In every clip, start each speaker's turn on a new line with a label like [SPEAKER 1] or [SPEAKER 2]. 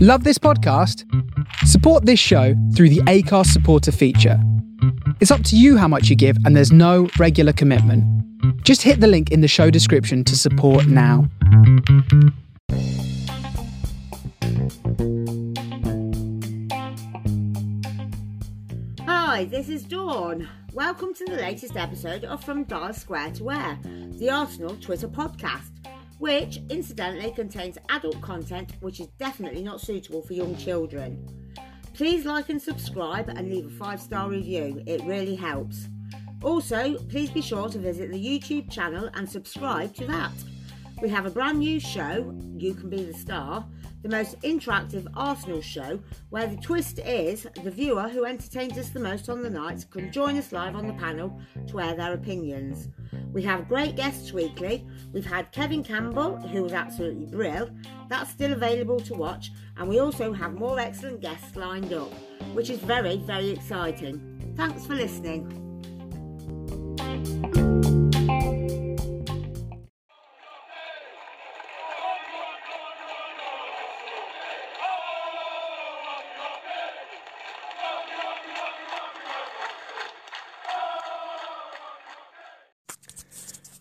[SPEAKER 1] Love this podcast? Support this show through the ACARS supporter feature. It's up to you how much you give, and there's no regular commitment. Just hit the link in the show description to support now.
[SPEAKER 2] Hi, this is Dawn. Welcome to the latest episode of From Dollar Square to Where, the Arsenal Twitter podcast, which incidentally contains adult content which is definitely not suitable for young children. Please like and subscribe and leave a five star review, it really helps. Also, please be sure to visit the YouTube channel and subscribe to that. We have a brand new show, You Can Be the Star, the most interactive Arsenal show, where the twist is the viewer who entertains us the most on the night can join us live on the panel to air their opinions. We have great guests weekly. We've had Kevin Campbell, who was absolutely brilliant. That's still available to watch, and we also have more excellent guests lined up, which is very, very exciting. Thanks for listening.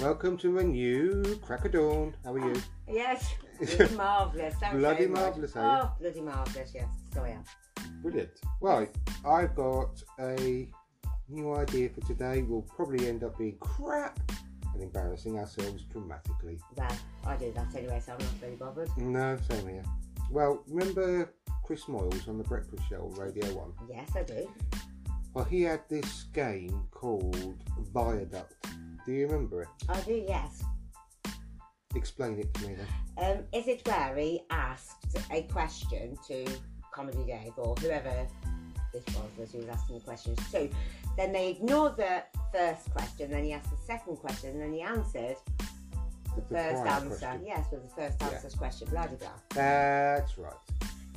[SPEAKER 3] Welcome to a new crack of dawn. How are you?
[SPEAKER 2] Yes, it's marvellous. Thanks
[SPEAKER 3] Bloody
[SPEAKER 2] very much.
[SPEAKER 3] marvellous, are you?
[SPEAKER 2] Oh, bloody marvellous, yes. So I am.
[SPEAKER 3] Brilliant. Well, I've got a new idea for today. We'll probably end up being crap and embarrassing ourselves dramatically.
[SPEAKER 2] Well, I do that anyway, so I'm not really bothered.
[SPEAKER 3] No, same here. Well, remember Chris Moyles on the Breakfast Show on Radio 1?
[SPEAKER 2] Yes, I do.
[SPEAKER 3] Well, he had this game called Viaduct. Do you remember it?
[SPEAKER 2] I do, yes.
[SPEAKER 3] Explain it to me then.
[SPEAKER 2] Um, is it where he asked a question to Comedy Dave or whoever this was that he was asking the questions to? Then they ignored the first question, then he asked the second question, and then he answered the,
[SPEAKER 3] The
[SPEAKER 2] first
[SPEAKER 3] prior
[SPEAKER 2] answer.
[SPEAKER 3] question.
[SPEAKER 2] Yes, with the first
[SPEAKER 3] Yeah.
[SPEAKER 2] answer's question, blah, blah, blah.
[SPEAKER 3] That's right.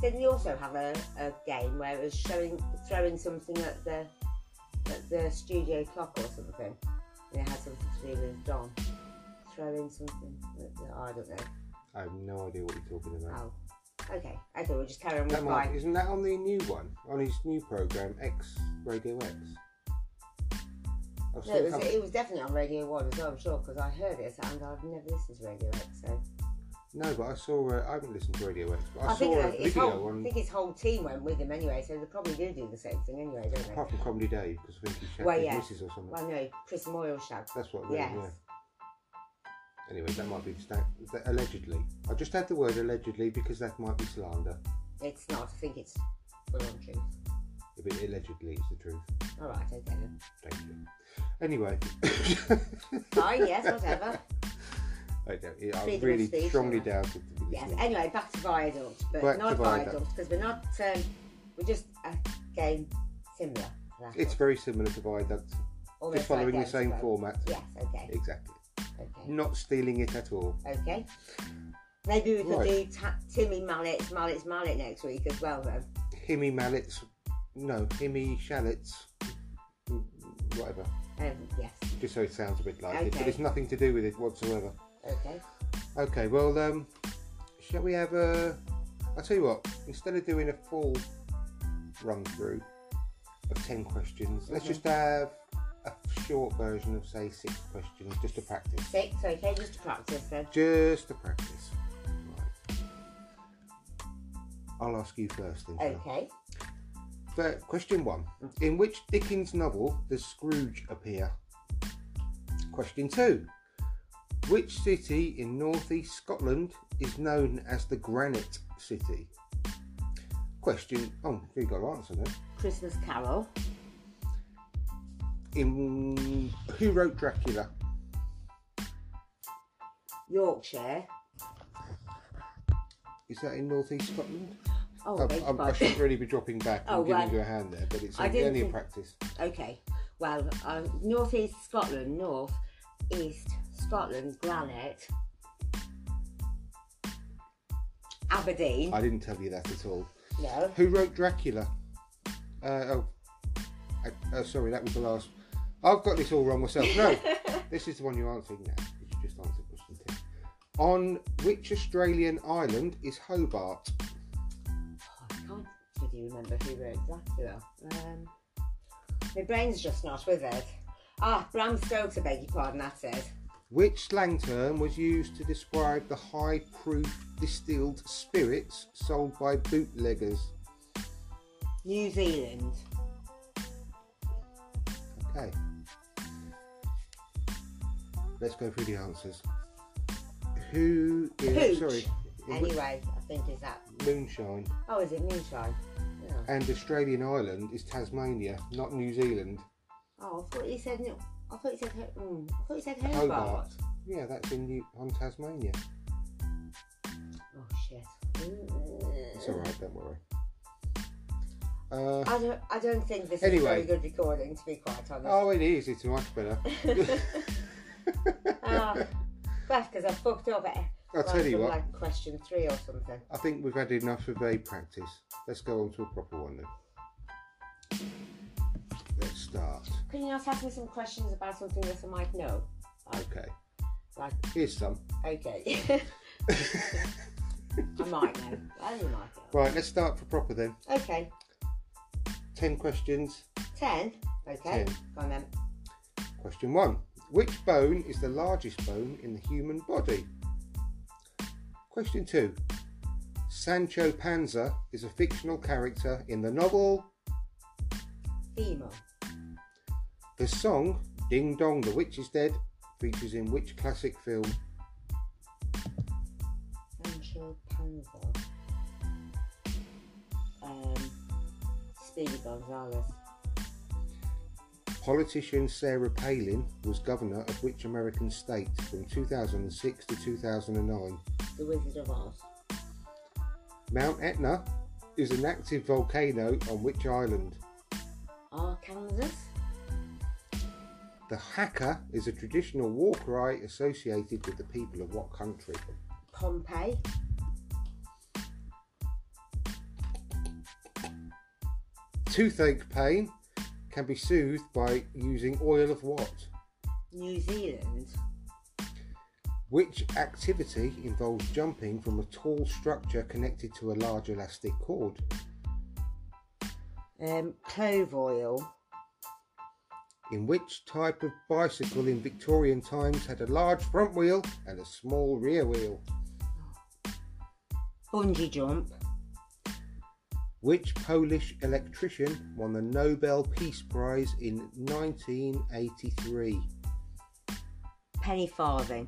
[SPEAKER 2] Didn't he also have a, a game where it was showing, throwing something at the at the studio clock or something? And it had something to do with Don. Throwing something. at the- oh, I don't know.
[SPEAKER 3] I have no idea what you're talking about.
[SPEAKER 2] Oh, okay. Okay, we'll just carry on with
[SPEAKER 3] That might,
[SPEAKER 2] mine.
[SPEAKER 3] isn't that on the new one? On his new program, X Radio X. I've
[SPEAKER 2] No,
[SPEAKER 3] seen-
[SPEAKER 2] it was,
[SPEAKER 3] I've-
[SPEAKER 2] it was definitely on Radio 1 as well, I'm sure, because I heard it and I've never listened to Radio 8, so...
[SPEAKER 3] no, but I saw. Uh, I haven't listened to Radio X, but I,
[SPEAKER 2] I,
[SPEAKER 3] saw
[SPEAKER 2] think,
[SPEAKER 3] a
[SPEAKER 2] that his
[SPEAKER 3] video
[SPEAKER 2] whole, I
[SPEAKER 3] on
[SPEAKER 2] think his whole team went with him anyway, so they probably do do the same thing anyway, don't they?
[SPEAKER 3] apart from Comedy Dave because I think he shouted
[SPEAKER 2] Well,
[SPEAKER 3] his
[SPEAKER 2] yeah.
[SPEAKER 3] missus or something.
[SPEAKER 2] Well, no, Chris Moyle shout.
[SPEAKER 3] That's what. I mean,
[SPEAKER 2] Yes.
[SPEAKER 3] Yeah. Anyway, that might be sta- that- allegedly. I just had the word allegedly because that might be slander.
[SPEAKER 2] It's not. I think it's full on truth.
[SPEAKER 3] If it allegedly is the truth,
[SPEAKER 2] All right, okay then.
[SPEAKER 3] thank you. Anyway,
[SPEAKER 2] Fine, yes, whatever.
[SPEAKER 3] I, don't, I
[SPEAKER 2] Freedom of
[SPEAKER 3] really
[SPEAKER 2] speech,
[SPEAKER 3] strongly
[SPEAKER 2] yeah.
[SPEAKER 3] doubted. that it was
[SPEAKER 2] yes,
[SPEAKER 3] me.
[SPEAKER 2] anyway, back to Viaduct. But
[SPEAKER 3] Back to
[SPEAKER 2] not
[SPEAKER 3] Viaduct.
[SPEAKER 2] Viaduct, because we're not... Um, we're just a game similar. to that
[SPEAKER 3] It's
[SPEAKER 2] one.
[SPEAKER 3] very similar to Viaduct.
[SPEAKER 2] Almost
[SPEAKER 3] Just following the
[SPEAKER 2] identical.
[SPEAKER 3] same format.
[SPEAKER 2] Yes, okay,
[SPEAKER 3] Exactly.
[SPEAKER 2] okay.
[SPEAKER 3] Not stealing it at all.
[SPEAKER 2] Okay. Maybe we could
[SPEAKER 3] Right.
[SPEAKER 2] do ta- Timmy Mallet's Mallet's Mallet next week as well, then.
[SPEAKER 3] Himmy mallets. No, himmy shallots. mm, Whatever.
[SPEAKER 2] Um, yes.
[SPEAKER 3] Just so it sounds a bit like it, but
[SPEAKER 2] Okay.
[SPEAKER 3] it's nothing to do with it whatsoever.
[SPEAKER 2] Okay.
[SPEAKER 3] Okay, well, um, shall we have a. I'll tell you what, instead of doing a full run through of 10 questions, let's just have a short version of, say, six questions just to practice.
[SPEAKER 2] Six. Okay, just to practice then.
[SPEAKER 3] Just to practice. Right. I'll ask you first then. shall I?
[SPEAKER 2] Okay.
[SPEAKER 3] But question one: In which Dickens novel does Scrooge appear? Question two: Which city in northeast Scotland is known as the Granite City? Question. Oh, you got to answer that.
[SPEAKER 2] Christmas Carol.
[SPEAKER 3] in who wrote Dracula?
[SPEAKER 2] Yorkshire.
[SPEAKER 3] Is that in North East Scotland?
[SPEAKER 2] Oh,
[SPEAKER 3] I,
[SPEAKER 2] beg your
[SPEAKER 3] Um, I, I
[SPEAKER 2] pardon.
[SPEAKER 3] should really be dropping back and
[SPEAKER 2] Oh,
[SPEAKER 3] giving
[SPEAKER 2] right.
[SPEAKER 3] you a hand there, but it's
[SPEAKER 2] I
[SPEAKER 3] only
[SPEAKER 2] didn't
[SPEAKER 3] only a
[SPEAKER 2] think-
[SPEAKER 3] practice.
[SPEAKER 2] Okay. Well, um, North East Scotland, North East Scotland, Granite, Aberdeen.
[SPEAKER 3] I didn't tell you that at all.
[SPEAKER 2] no.
[SPEAKER 3] Who wrote Dracula? Uh, oh, I, oh, sorry, that was the last. I've got this all wrong myself. No, this is the one you're answering now. You should just answer question two. On which Australian island is Hobart?
[SPEAKER 2] Oh, I can't really remember who wrote Dracula. Um, my brain's just not with it. Ah, Bram Stoker, beg your pardon, that's it.
[SPEAKER 3] Which slang term was used to describe the high proof distilled spirits sold by bootleggers?
[SPEAKER 2] New Zealand.
[SPEAKER 3] Okay. Let's go through the answers. Who
[SPEAKER 2] Hooch.
[SPEAKER 3] is. Sorry.
[SPEAKER 2] Anyway, I think is that.
[SPEAKER 3] Moonshine.
[SPEAKER 2] Oh, is it moonshine? Yeah.
[SPEAKER 3] and Australian Island is Tasmania, not New Zealand.
[SPEAKER 2] Oh, I thought you said no. I thought you said. Ho- Mm, I thought you said Hobart.
[SPEAKER 3] Hobart. Yeah, that's in New- on Tasmania.
[SPEAKER 2] Oh shit. Mm.
[SPEAKER 3] It's all right, don't worry. Uh,
[SPEAKER 2] I don't. I don't think this is a
[SPEAKER 3] Anyway.
[SPEAKER 2] very good recording, to be quite honest.
[SPEAKER 3] oh, it is. It's much better.
[SPEAKER 2] Ah, that's because I fucked up it.
[SPEAKER 3] I'll tell you what.
[SPEAKER 2] Like question three or something.
[SPEAKER 3] I think we've had enough of a practice. Let's go on to a proper one then. Let's start.
[SPEAKER 2] Can you not ask me some questions about something that I might know?
[SPEAKER 3] Okay.
[SPEAKER 2] Like,
[SPEAKER 3] Here's some.
[SPEAKER 2] okay. I might know. I only might know.
[SPEAKER 3] Right, let's start for proper then.
[SPEAKER 2] Okay.
[SPEAKER 3] Ten questions.
[SPEAKER 2] Ten. Okay.
[SPEAKER 3] Ten.
[SPEAKER 2] Go on then.
[SPEAKER 3] Question one. Which bone is the largest bone in the human body? Question two. Sancho Panza is a fictional character in the novel.
[SPEAKER 2] Femur.
[SPEAKER 3] The song Ding Dong the Witch is Dead features in which classic film?
[SPEAKER 2] Sancho Panza. Um, Speedy Gonzales.
[SPEAKER 3] Politician Sarah Palin was governor of which American state from 2006 to 2009?
[SPEAKER 2] The Wizard of Oz.
[SPEAKER 3] Mount Etna is an active volcano on which island?
[SPEAKER 2] Arkansas.
[SPEAKER 3] The haka is a traditional war cry associated with the people of what country?
[SPEAKER 2] Pompeii.
[SPEAKER 3] Toothache pain can be soothed by using oil of what?
[SPEAKER 2] New Zealand.
[SPEAKER 3] Which activity involves jumping from a tall structure connected to a large elastic cord?
[SPEAKER 2] Um, clove oil.
[SPEAKER 3] In which type of bicycle in Victorian times had a large front wheel and a small rear wheel?
[SPEAKER 2] Bungee jump.
[SPEAKER 3] Which Polish electrician won the Nobel Peace Prize in 1983?
[SPEAKER 2] Penny farthing.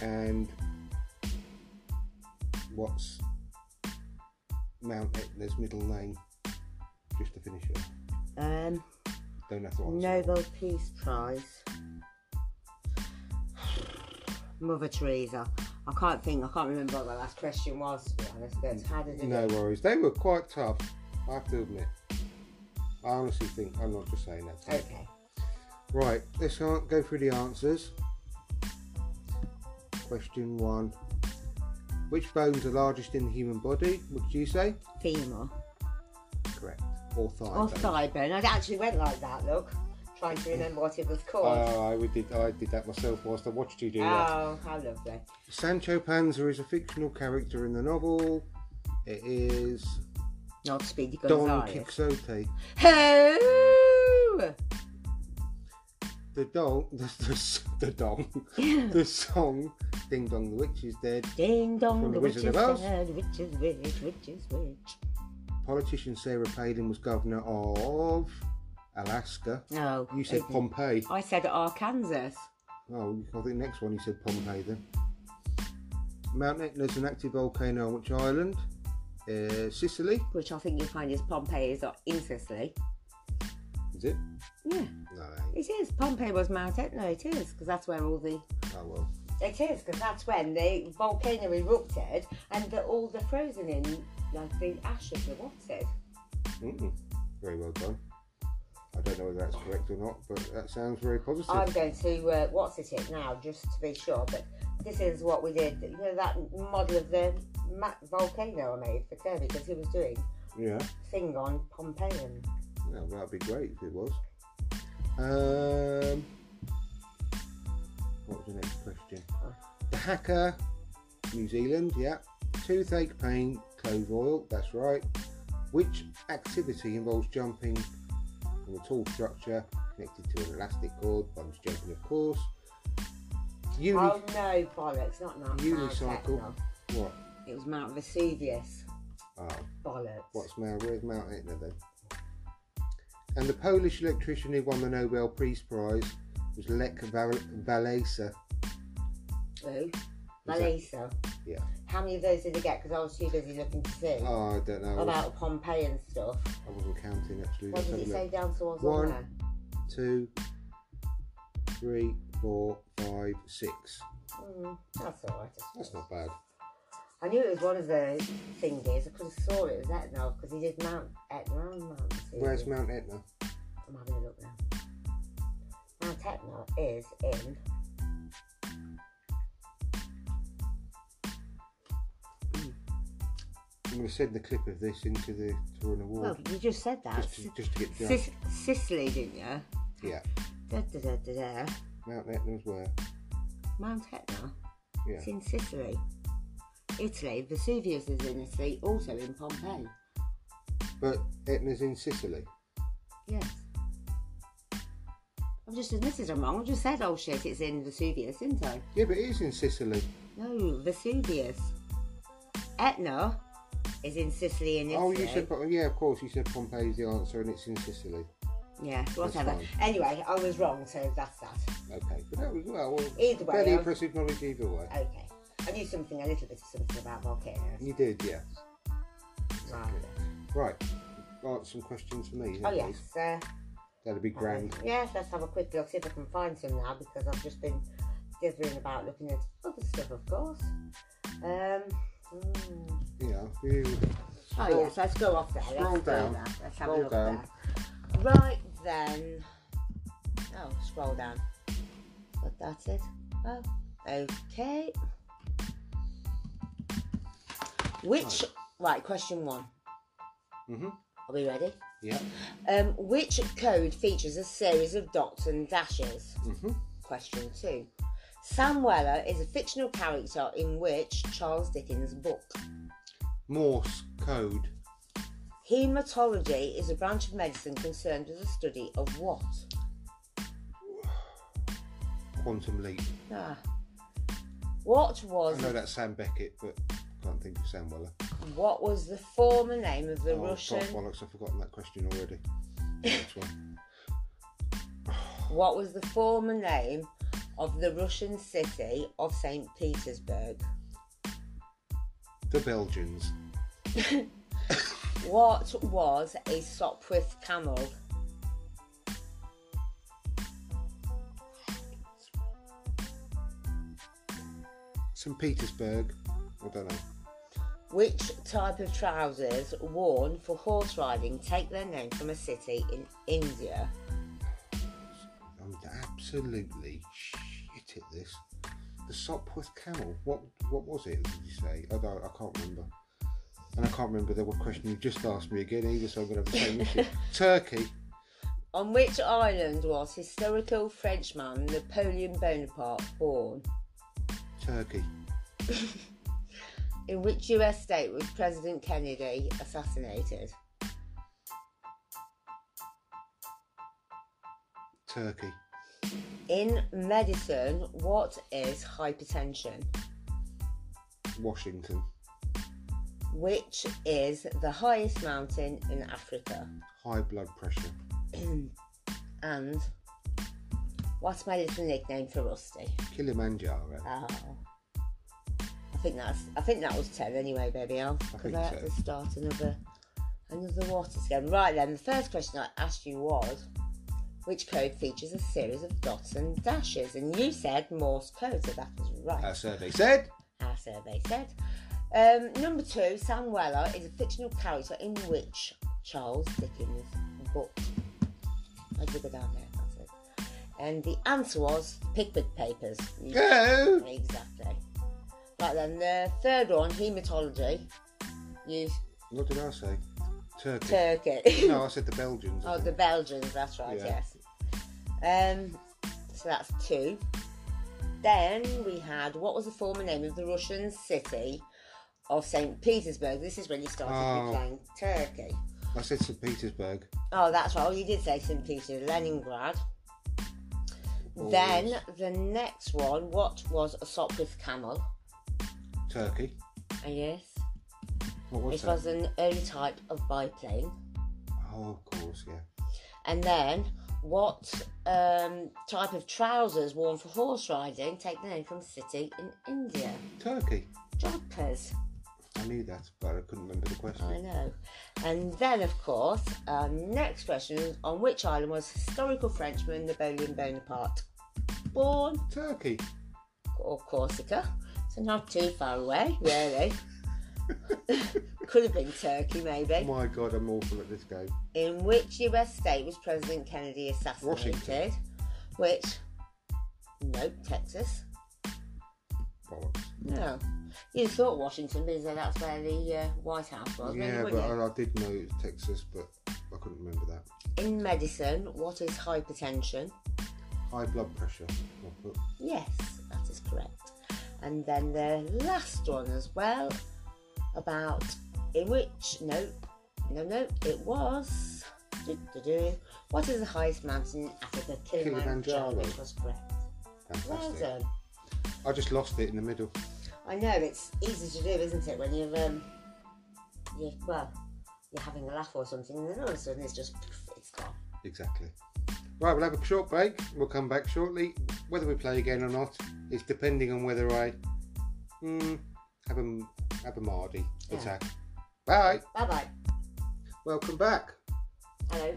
[SPEAKER 3] and what's Mount Etna's middle name? Just to finish it. off.
[SPEAKER 2] Um,
[SPEAKER 3] Don't have to answer.
[SPEAKER 2] Nobel Peace Prize. Mother Teresa. I can't think. I can't remember what the last question was. To be honest, but how did it?
[SPEAKER 3] Mm. No worries. They were quite tough. I have to admit. I honestly think I'm not just saying that.
[SPEAKER 2] Okay.
[SPEAKER 3] Right. Let's an- go through the answers. Question one. Which bone's the largest in the human body? What did you say?
[SPEAKER 2] Femur
[SPEAKER 3] Correct. Or thigh.
[SPEAKER 2] or
[SPEAKER 3] bone.
[SPEAKER 2] thigh bone. Oh, I actually went like that. Look, trying to remember what it was called.
[SPEAKER 3] Oh, I did. I did that myself whilst I watched you do that.
[SPEAKER 2] oh, how lovely.
[SPEAKER 3] Sancho Panza is a fictional character in the novel. It is
[SPEAKER 2] Not Speedy
[SPEAKER 3] Don
[SPEAKER 2] Gonzales.
[SPEAKER 3] Quixote.
[SPEAKER 2] Ho!
[SPEAKER 3] The dong, the, the, the dong, the song "Ding Dong, the Witch is Dead."
[SPEAKER 2] Ding
[SPEAKER 3] From
[SPEAKER 2] dong,
[SPEAKER 3] The
[SPEAKER 2] the witch is
[SPEAKER 3] Wizard of Oz.
[SPEAKER 2] dead. Witch is witch, witch is witch.
[SPEAKER 3] Politician Sarah Palin was governor of Alaska.
[SPEAKER 2] No.
[SPEAKER 3] You said
[SPEAKER 2] okay.
[SPEAKER 3] Pompeii.
[SPEAKER 2] I said Arkansas.
[SPEAKER 3] Oh, I think next one you said Pompeii then. Mount Etna is an active volcano on which island? Uh, Sicily.
[SPEAKER 2] uh, which I think you'll find is Pompeii is not in Sicily.
[SPEAKER 3] Is it?
[SPEAKER 2] Yeah,
[SPEAKER 3] No, it ain't.
[SPEAKER 2] it is. Pompeii was Mount Etna. It is because that's where all the
[SPEAKER 3] Oh well.
[SPEAKER 2] It is because that's when the volcano erupted and the, all the frozen in like the ashes were wanted.
[SPEAKER 3] Mm. Very well done. I don't know whether that's correct or not, but that sounds very positive.
[SPEAKER 2] I'm going to uh, what's it it now just to be sure, but this is what we did. You know that model of the ma- volcano I made for Kirby because he was doing
[SPEAKER 3] Yeah.
[SPEAKER 2] thing on Pompeii. And
[SPEAKER 3] Yeah, well, that'd be great if it was. Um, what was the next question? The hacker, New Zealand, yeah. Toothache, pain, clove oil, that's right. Which activity involves jumping from a tall structure connected to an elastic cord? Bungee jumping, of course. Uni-
[SPEAKER 2] oh no, bollocks! Not Mount
[SPEAKER 3] unicycle.
[SPEAKER 2] Mount
[SPEAKER 3] What?
[SPEAKER 2] Etna. It was Mount Vesuvius.
[SPEAKER 3] Oh,
[SPEAKER 2] Bollocks.
[SPEAKER 3] What's Mount? Where's Mount Etna then? And the Polish electrician who won the Nobel Peace Prize was Lech Val- Walesa.
[SPEAKER 2] Who?
[SPEAKER 3] that-
[SPEAKER 2] Malesa.
[SPEAKER 3] Yeah.
[SPEAKER 2] How many of those did he get? Because I was too busy looking to see
[SPEAKER 3] Oh, I don't know. I wasn't,
[SPEAKER 2] about Pompeii and stuff.
[SPEAKER 3] I wasn't counting actually.
[SPEAKER 2] What
[SPEAKER 3] Let's
[SPEAKER 2] did
[SPEAKER 3] have
[SPEAKER 2] it
[SPEAKER 3] a
[SPEAKER 2] say
[SPEAKER 3] look.
[SPEAKER 2] down towards
[SPEAKER 3] One.
[SPEAKER 2] on there?
[SPEAKER 3] Two, three, four, five, six.
[SPEAKER 2] Mm, that's alright.
[SPEAKER 3] That's not bad.
[SPEAKER 2] I knew it was one of the thingies. I could have saw it was Etna because he did Mount Etna and Mount. Vesuvius.
[SPEAKER 3] Where's Mount Etna?
[SPEAKER 2] I'm having a look now. Mount Etna is in.
[SPEAKER 3] I'm going to send the clip of this into the to an award.
[SPEAKER 2] Well, Oh, you just said that.
[SPEAKER 3] just, to, just to get judged.
[SPEAKER 2] Sis- Sicily, didn't you?
[SPEAKER 3] Yeah.
[SPEAKER 2] Da, da, da, da, da.
[SPEAKER 3] Mount Etna's where?
[SPEAKER 2] Mount Etna.
[SPEAKER 3] Yeah.
[SPEAKER 2] It's in Sicily. Italy. Vesuvius is in Italy. Also in Pompeii.
[SPEAKER 3] But Etna's in Sicily.
[SPEAKER 2] Yes. I've just admitted I'm wrong. I just said, oh shit, it's in Vesuvius, didn't I?
[SPEAKER 3] Yeah, but it is in Sicily.
[SPEAKER 2] No, Vesuvius. Etna is in Sicily in Italy.
[SPEAKER 3] Oh, you said, Po- yeah, of course, you said Pompeii's the answer and it's in Sicily.
[SPEAKER 2] Yeah, whatever.
[SPEAKER 3] fine.
[SPEAKER 2] Anyway, I was wrong, so that's that.
[SPEAKER 3] Okay, but that was, well, well
[SPEAKER 2] Either way,
[SPEAKER 3] fairly
[SPEAKER 2] I'll-
[SPEAKER 3] impressive knowledge either way.
[SPEAKER 2] Okay. I knew something, a little bit of something about volcanoes.
[SPEAKER 3] You did, yeah.
[SPEAKER 2] Right.
[SPEAKER 3] Right, right some questions for me.
[SPEAKER 2] Oh,
[SPEAKER 3] then,
[SPEAKER 2] yes.
[SPEAKER 3] please.
[SPEAKER 2] Uh,
[SPEAKER 3] That'd be grand.
[SPEAKER 2] yes, let's have a quick look, see if I can find some now, because I've just been dithering about looking at other stuff, of course. Um, mm.
[SPEAKER 3] Yeah. you-
[SPEAKER 2] Oh yes, let's go off there.
[SPEAKER 3] Scroll
[SPEAKER 2] let's
[SPEAKER 3] down.
[SPEAKER 2] Go there. Let's have
[SPEAKER 3] Scroll
[SPEAKER 2] a look
[SPEAKER 3] down.
[SPEAKER 2] there. Right then. Oh, scroll down. But that's it. Oh, okay. Which right question one.
[SPEAKER 3] Mhm.
[SPEAKER 2] Are we ready?
[SPEAKER 3] Yeah.
[SPEAKER 2] Um, which code features a series of dots and dashes?
[SPEAKER 3] Mhm.
[SPEAKER 2] Question two. Sam Weller is a fictional character in which Charles Dickens book?
[SPEAKER 3] Morse code.
[SPEAKER 2] Hematology is a branch of medicine concerned with the study of what?
[SPEAKER 3] Quantum leap.
[SPEAKER 2] Ah. What
[SPEAKER 3] I
[SPEAKER 2] was
[SPEAKER 3] know that's Sam Beckett, but can't think of Sam Weller.
[SPEAKER 2] what was the former name of the
[SPEAKER 3] oh,
[SPEAKER 2] Russian?
[SPEAKER 3] God, bollocks! I've forgotten that question already. Next one.
[SPEAKER 2] What was the former name of the Russian city of Saint Petersburg?
[SPEAKER 3] The Belgians.
[SPEAKER 2] What was a Sopwith camel?
[SPEAKER 3] St. Petersburg. I don't know.
[SPEAKER 2] Which type of trousers worn for horse riding take their name from a city in India?
[SPEAKER 3] I'm absolutely shit at this. The Sopwith camel. What what was it? Did you say? I don't. I can't remember. And I can't remember the one question you just asked me again either. So I'm going to have the same issue. Turkey.
[SPEAKER 2] On which island was historical Frenchman Napoleon Bonaparte born?
[SPEAKER 3] Turkey.
[SPEAKER 2] In which US state was President Kennedy assassinated?
[SPEAKER 3] Turkey.
[SPEAKER 2] In medicine, what is hypertension?
[SPEAKER 3] Washington.
[SPEAKER 2] Which is the highest mountain in Africa?
[SPEAKER 3] High blood pressure.
[SPEAKER 2] And what's my little nickname for Rusty?
[SPEAKER 3] Kilimanjaro.
[SPEAKER 2] Oh. I think that's I think that was ten anyway, baby Al. Because
[SPEAKER 3] think
[SPEAKER 2] I, had
[SPEAKER 3] so.
[SPEAKER 2] to start another another water scan. Right then, the first question I asked you was which code features a series of dots and dashes. And you said Morse code, so that was right.
[SPEAKER 3] Our survey said.
[SPEAKER 2] our survey said. Um, number two, Sam Weller is a fictional character in which Charles Dickens book. I did go down there, that's it. And the answer was Pickford Papers.
[SPEAKER 3] Go.
[SPEAKER 2] Exactly. Right then, the third one, hematology. You
[SPEAKER 3] What did I say? Turkey.
[SPEAKER 2] Turkey.
[SPEAKER 3] No, I said the Belgians. I
[SPEAKER 2] oh, the
[SPEAKER 3] think.
[SPEAKER 2] Belgians, that's right,
[SPEAKER 3] Yeah.
[SPEAKER 2] yes. Um, so that's two. Then we had what was the former name of the Russian city of St. Petersburg? This is when you started
[SPEAKER 3] Oh.
[SPEAKER 2] replying Turkey.
[SPEAKER 3] I said St. Petersburg.
[SPEAKER 2] Oh, that's right. Oh, you did say St. Peter, Leningrad. Then the next one, what was a Sopwith camel?
[SPEAKER 3] Turkey.
[SPEAKER 2] And yes,
[SPEAKER 3] What was
[SPEAKER 2] it
[SPEAKER 3] that?
[SPEAKER 2] was an early type of biplane.
[SPEAKER 3] Oh, of course, yeah.
[SPEAKER 2] And then, what um, type of trousers worn for horse riding take the name from a city in India?
[SPEAKER 3] Turkey.
[SPEAKER 2] Jodhpurs,
[SPEAKER 3] I knew that, but I couldn't remember the question.
[SPEAKER 2] I know. And then, of course, our next question is on which island was historical Frenchman Napoleon Bonaparte born?
[SPEAKER 3] Turkey.
[SPEAKER 2] Or Corsica? So, not too far away, really. Could have been Turkey,
[SPEAKER 3] Oh
[SPEAKER 2] maybe.
[SPEAKER 3] my god, I'm awful at this game.
[SPEAKER 2] In which US state was President Kennedy assassinated?
[SPEAKER 3] Washington.
[SPEAKER 2] Which? Nope, Texas.
[SPEAKER 3] Bollocks.
[SPEAKER 2] No. You'd have thought Washington, because that's where the uh, White House was,
[SPEAKER 3] yeah,
[SPEAKER 2] really,
[SPEAKER 3] but
[SPEAKER 2] wouldn't
[SPEAKER 3] I, I did know it was Texas, but I couldn't remember that.
[SPEAKER 2] you? In medicine, what is hypertension?
[SPEAKER 3] High blood pressure. I'll put.
[SPEAKER 2] Yes, that is correct. And then the last one as well, about in which, no, no, no, it was. du-du-du, What is the highest mountain in Africa? Kilimanjaro,
[SPEAKER 3] Kilimanjaro.
[SPEAKER 2] which was correct. Well
[SPEAKER 3] Fantastic.
[SPEAKER 2] done.
[SPEAKER 3] I just lost it in the middle.
[SPEAKER 2] I know it's easy to do, isn't it? When you're um, you well, you're having a laugh or something, and then all of a sudden it's just poof, it's gone.
[SPEAKER 3] Exactly. Right, we'll have a short break. We'll come back shortly. Whether we play again or not is depending on whether I mm, have a have a Mardy
[SPEAKER 2] Yeah.
[SPEAKER 3] attack. Bye.
[SPEAKER 2] Bye bye.
[SPEAKER 3] Welcome back.
[SPEAKER 2] Hello.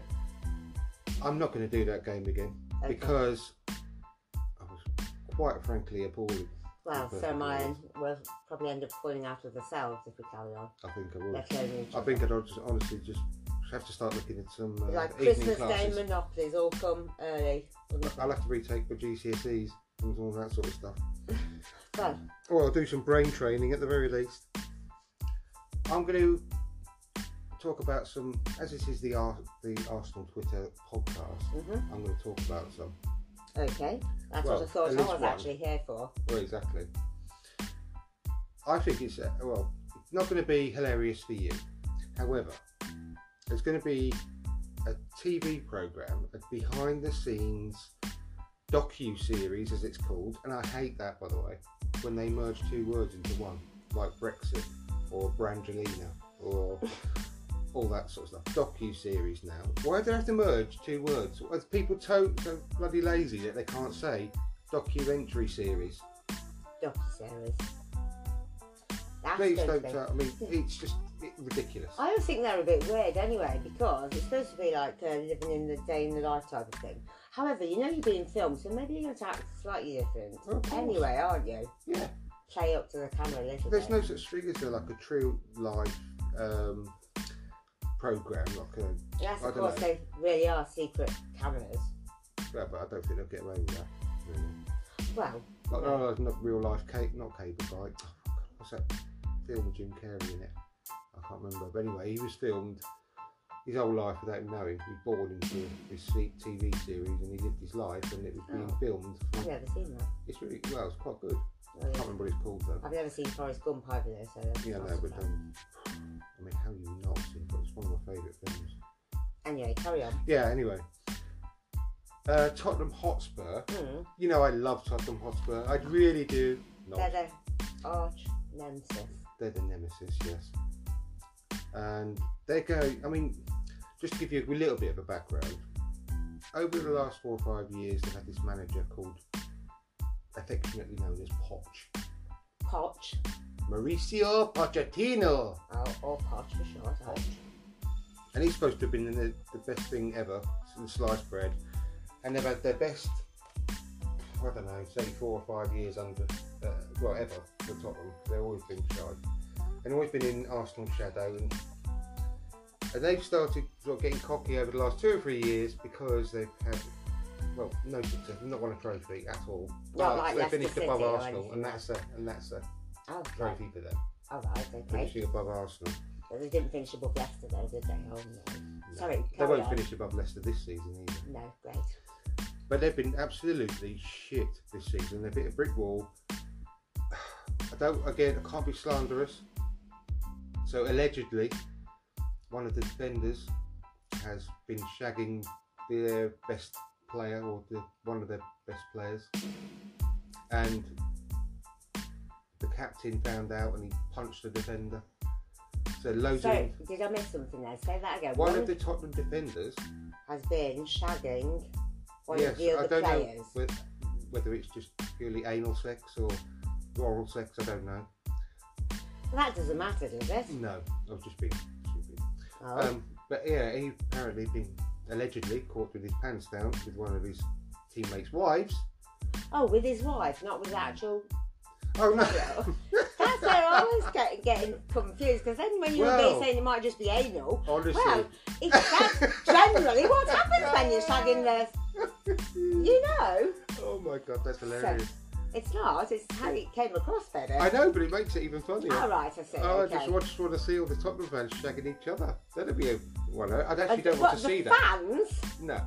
[SPEAKER 3] I'm not going to do that game again
[SPEAKER 2] Okay.
[SPEAKER 3] because I was quite frankly appalled.
[SPEAKER 2] Well,
[SPEAKER 3] Okay.
[SPEAKER 2] so mine will probably end up falling out of the cells if we carry on.
[SPEAKER 3] I think I would.
[SPEAKER 2] Let's over each
[SPEAKER 3] I
[SPEAKER 2] other.
[SPEAKER 3] think I'd just, honestly just have to start looking at some uh,
[SPEAKER 2] like
[SPEAKER 3] evening
[SPEAKER 2] Christmas Day
[SPEAKER 3] classes.
[SPEAKER 2] monopolies all come early.
[SPEAKER 3] I'll have to retake my GCSEs and all that sort of stuff.
[SPEAKER 2] Well,
[SPEAKER 3] Or I'll do some brain training at the very least. I'm going to talk about some, as this is the Ar- the Arsenal Twitter podcast,
[SPEAKER 2] Mhm.
[SPEAKER 3] I'm going to talk about some.
[SPEAKER 2] okay. That's
[SPEAKER 3] Well,
[SPEAKER 2] what I thought I
[SPEAKER 3] at
[SPEAKER 2] was
[SPEAKER 3] least one.
[SPEAKER 2] actually here for.
[SPEAKER 3] Well, exactly. I think it's, uh, well, it's not going to be hilarious for you. However, there's going to be a TV program, a behind the scenes docu series, as it's called, and I hate that, by the way, when they merge two words into one, like Brexit or Brangelina or all that sort of stuff. Docu series now. Why do they have to merge two words? Are people to- so bloody lazy that they can't say documentary series?
[SPEAKER 2] Docuseries. That's
[SPEAKER 3] Please
[SPEAKER 2] going to
[SPEAKER 3] don't.
[SPEAKER 2] be-
[SPEAKER 3] tell- I mean, it's just it, ridiculous.
[SPEAKER 2] I always think they're a bit weird anyway because it's supposed to be like uh, living in the day in the life type of thing. However, you know you're being filmed, so maybe you're going to act slightly different.
[SPEAKER 3] Of course.
[SPEAKER 2] Anyway, aren't you?
[SPEAKER 3] Yeah.
[SPEAKER 2] Play up to the camera a little
[SPEAKER 3] There's
[SPEAKER 2] bit.
[SPEAKER 3] no such thing as a, like a true live um, program, like a
[SPEAKER 2] yes,
[SPEAKER 3] I
[SPEAKER 2] of
[SPEAKER 3] don't
[SPEAKER 2] course,
[SPEAKER 3] know.
[SPEAKER 2] they really are secret cameras.
[SPEAKER 3] Yeah, but I don't think they'll get away with that. Really.
[SPEAKER 2] Well,
[SPEAKER 3] Like, no, no, not real life, ca- not cable guy. Oh, God, what's that film with Jim Carrey in it? I can't remember. But anyway, he was filmed his whole life without him knowing. He was born into this se- TV series and he lived his life and it was being
[SPEAKER 2] Oh.
[SPEAKER 3] filmed.
[SPEAKER 2] I've
[SPEAKER 3] From,
[SPEAKER 2] never seen that.
[SPEAKER 3] It's really, well, it's quite good. I
[SPEAKER 2] Really.
[SPEAKER 3] can't remember what it's called though.
[SPEAKER 2] I've never seen Forrest Gump either, though, so that's
[SPEAKER 3] Yeah,
[SPEAKER 2] not
[SPEAKER 3] no,
[SPEAKER 2] so
[SPEAKER 3] but
[SPEAKER 2] bad.
[SPEAKER 3] um, I mean, how are you not seen? But it's one of my favourite films.
[SPEAKER 2] Anyway, carry on.
[SPEAKER 3] Yeah. Anyway, uh, Tottenham Hotspur.
[SPEAKER 2] Mm.
[SPEAKER 3] You know, I love Tottenham Hotspur. I really do. Not.
[SPEAKER 2] They're the arch nemesis.
[SPEAKER 3] They're the nemesis, yes. And they go. I mean, just to give you a little bit of a background, over the last four or five years, they've had this manager called, affectionately known as Poch,
[SPEAKER 2] Potch.
[SPEAKER 3] Mauricio Pochettino.
[SPEAKER 2] Oh, or Potch for short. Potch.
[SPEAKER 3] And he's supposed to have been the, the best thing ever since sliced bread. and they've had their best, I don't know, say four or five years under, uh, well, ever for Tottenham. They've always been shy and always been in Arsenal shadow. And, and they've started sort of getting cocky over the last two or three years because they've had, well, no success, not won a trophy at all.
[SPEAKER 2] Not like
[SPEAKER 3] But they
[SPEAKER 2] Leicester
[SPEAKER 3] finished
[SPEAKER 2] City
[SPEAKER 3] above
[SPEAKER 2] or
[SPEAKER 3] Arsenal,
[SPEAKER 2] anything
[SPEAKER 3] and
[SPEAKER 2] like
[SPEAKER 3] that's a and that's a
[SPEAKER 2] Oh, right.
[SPEAKER 3] trophy for them.
[SPEAKER 2] All right, okay.
[SPEAKER 3] Finishing above Arsenal.
[SPEAKER 2] But they didn't finish above Leicester, though, did they? Oh, no. Sorry,
[SPEAKER 3] They
[SPEAKER 2] carry
[SPEAKER 3] won't
[SPEAKER 2] on.
[SPEAKER 3] finish above Leicester this season either.
[SPEAKER 2] No, great.
[SPEAKER 3] But they've been absolutely shit this season. They've hit a brick wall. I don't, again, I can't be slanderous. So allegedly, one of the defenders has been shagging their best player or the, one of their best players, and the captain found out and he punched the defender. So loads of
[SPEAKER 2] Sorry, did I miss something there? Say that again.
[SPEAKER 3] one of the Tottenham defenders
[SPEAKER 2] has been shagging one
[SPEAKER 3] yes,
[SPEAKER 2] of the other
[SPEAKER 3] I don't
[SPEAKER 2] players.
[SPEAKER 3] know whe- whether it's just purely anal sex or oral sex. I don't know.
[SPEAKER 2] That doesn't matter, does it?
[SPEAKER 3] No, I was just being stupid.
[SPEAKER 2] Oh,
[SPEAKER 3] Mm. Um, but yeah, he apparently been allegedly caught with his pants down with one of his teammates' wives.
[SPEAKER 2] oh, with his wife, not with the actual.
[SPEAKER 3] Oh
[SPEAKER 2] Yeah.
[SPEAKER 3] no!
[SPEAKER 2] That's where I was get, getting confused because then when you were
[SPEAKER 3] Well-
[SPEAKER 2] saying it might just be anal,
[SPEAKER 3] Honestly.
[SPEAKER 2] well, it's, that's generally what happens when you're shagging the. You know,
[SPEAKER 3] oh my god, that's hilarious.
[SPEAKER 2] it's not. It's how it came across better.
[SPEAKER 3] I know, but it makes it even funnier.
[SPEAKER 2] All right, I see.
[SPEAKER 3] Oh,
[SPEAKER 2] okay.
[SPEAKER 3] I just, want- just want to see all the Tottenham fans shagging each other. That'd be a one. Well, I'd actually don't
[SPEAKER 2] Uh,
[SPEAKER 3] want
[SPEAKER 2] what,
[SPEAKER 3] to see
[SPEAKER 2] the
[SPEAKER 3] that.
[SPEAKER 2] fans.
[SPEAKER 3] No,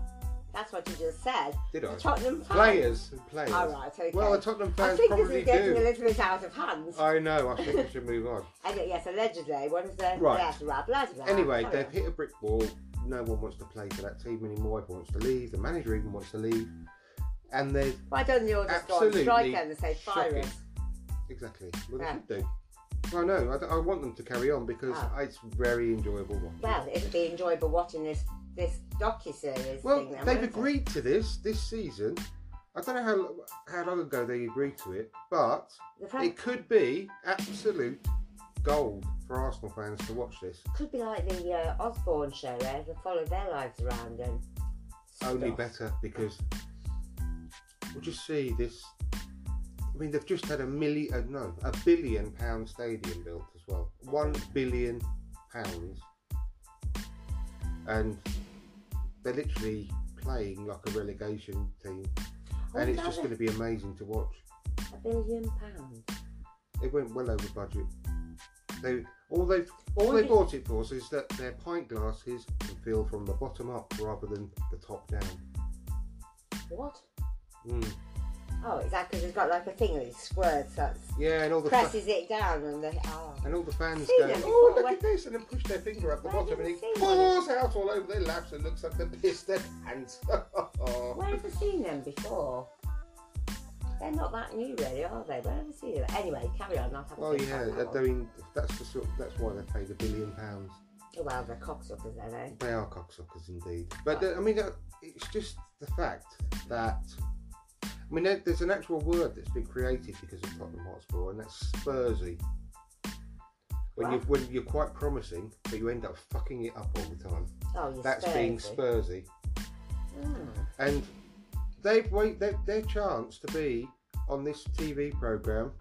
[SPEAKER 2] That's what you just said.
[SPEAKER 3] Did
[SPEAKER 2] the
[SPEAKER 3] I?
[SPEAKER 2] Tottenham fans.
[SPEAKER 3] players, players.
[SPEAKER 2] All right, okay.
[SPEAKER 3] Well, the Tottenham
[SPEAKER 2] I
[SPEAKER 3] fans
[SPEAKER 2] think
[SPEAKER 3] probably
[SPEAKER 2] this is getting
[SPEAKER 3] do.
[SPEAKER 2] a little bit out of hand.
[SPEAKER 3] I know. I think we should move on.
[SPEAKER 2] And yes, allegedly, one of the
[SPEAKER 3] Right.
[SPEAKER 2] blah, blah, blah, blah.
[SPEAKER 3] Anyway,
[SPEAKER 2] Carry
[SPEAKER 3] they've
[SPEAKER 2] on.
[SPEAKER 3] hit a brick wall. No one wants to play for that team anymore. Everyone wants to leave. The manager even wants to leave. And they
[SPEAKER 2] Why don't you all just go on
[SPEAKER 3] absolutely
[SPEAKER 2] strike then and say fire
[SPEAKER 3] shocking.
[SPEAKER 2] us?
[SPEAKER 3] exactly well, they
[SPEAKER 2] Yeah.
[SPEAKER 3] should do. Well, no, I, don't- I want them to carry on because
[SPEAKER 2] Ah.
[SPEAKER 3] it's very enjoyable. Watching.
[SPEAKER 2] Well, it'd be enjoyable watching this this docu series.
[SPEAKER 3] Well,
[SPEAKER 2] thing then,
[SPEAKER 3] they've
[SPEAKER 2] wouldn't it?
[SPEAKER 3] agreed to this this season. I don't know how how long ago they agreed to it, but
[SPEAKER 2] The Prem-
[SPEAKER 3] it could be absolute gold for Arsenal fans to watch this.
[SPEAKER 2] Could be like the uh, Osborne show, where they follow their lives around and.
[SPEAKER 3] only
[SPEAKER 2] stuff.
[SPEAKER 3] better because we'll just see this. I mean, they've just had a million, uh, no, a billion pound stadium built as well. One billion pounds, and they're literally playing like a relegation team,
[SPEAKER 2] Oh,
[SPEAKER 3] and it's
[SPEAKER 2] no,
[SPEAKER 3] just going to be amazing to watch.
[SPEAKER 2] A billion pounds.
[SPEAKER 3] It went well over budget. They all they all they bought it for is that their pint glasses can feel from the bottom up rather than the top down.
[SPEAKER 2] What?
[SPEAKER 3] Mm.
[SPEAKER 2] Oh, it's that because it's got like a thing that it squirts, that
[SPEAKER 3] Yeah, and all the fa-
[SPEAKER 2] presses it down, and the. Oh.
[SPEAKER 3] And all the fans
[SPEAKER 2] Seen
[SPEAKER 3] go,
[SPEAKER 2] them
[SPEAKER 3] oh,
[SPEAKER 2] before,
[SPEAKER 3] look
[SPEAKER 2] where-
[SPEAKER 3] at this, and then push their finger up the
[SPEAKER 2] Where
[SPEAKER 3] bottom,
[SPEAKER 2] have
[SPEAKER 3] and
[SPEAKER 2] you
[SPEAKER 3] it
[SPEAKER 2] seen one?
[SPEAKER 3] pours out all over their laps and looks like they pissed their pants.
[SPEAKER 2] Where have I seen them before? They're not that new, really, are they? Where have I seen them? Anyway, carry on. I'll have a
[SPEAKER 3] well,
[SPEAKER 2] think
[SPEAKER 3] yeah,
[SPEAKER 2] about that
[SPEAKER 3] I
[SPEAKER 2] one.
[SPEAKER 3] mean, that's the sort. That's why they paid a billion pounds.
[SPEAKER 2] Oh, well, they're cocksuckers, are they?
[SPEAKER 3] They are cocksuckers indeed. But uh, I mean, uh, it's just the fact that I mean, there- there's an actual word that's been created because of Tottenham Hotspur, and that's Spursy. When
[SPEAKER 2] Wow.
[SPEAKER 3] you when you're quite promising, but you end up fucking it up all the time.
[SPEAKER 2] Oh, you're
[SPEAKER 3] That's being
[SPEAKER 2] Spursy.
[SPEAKER 3] Spursy.
[SPEAKER 2] Mm.
[SPEAKER 3] and they've wait their, their chance to be on this TV program.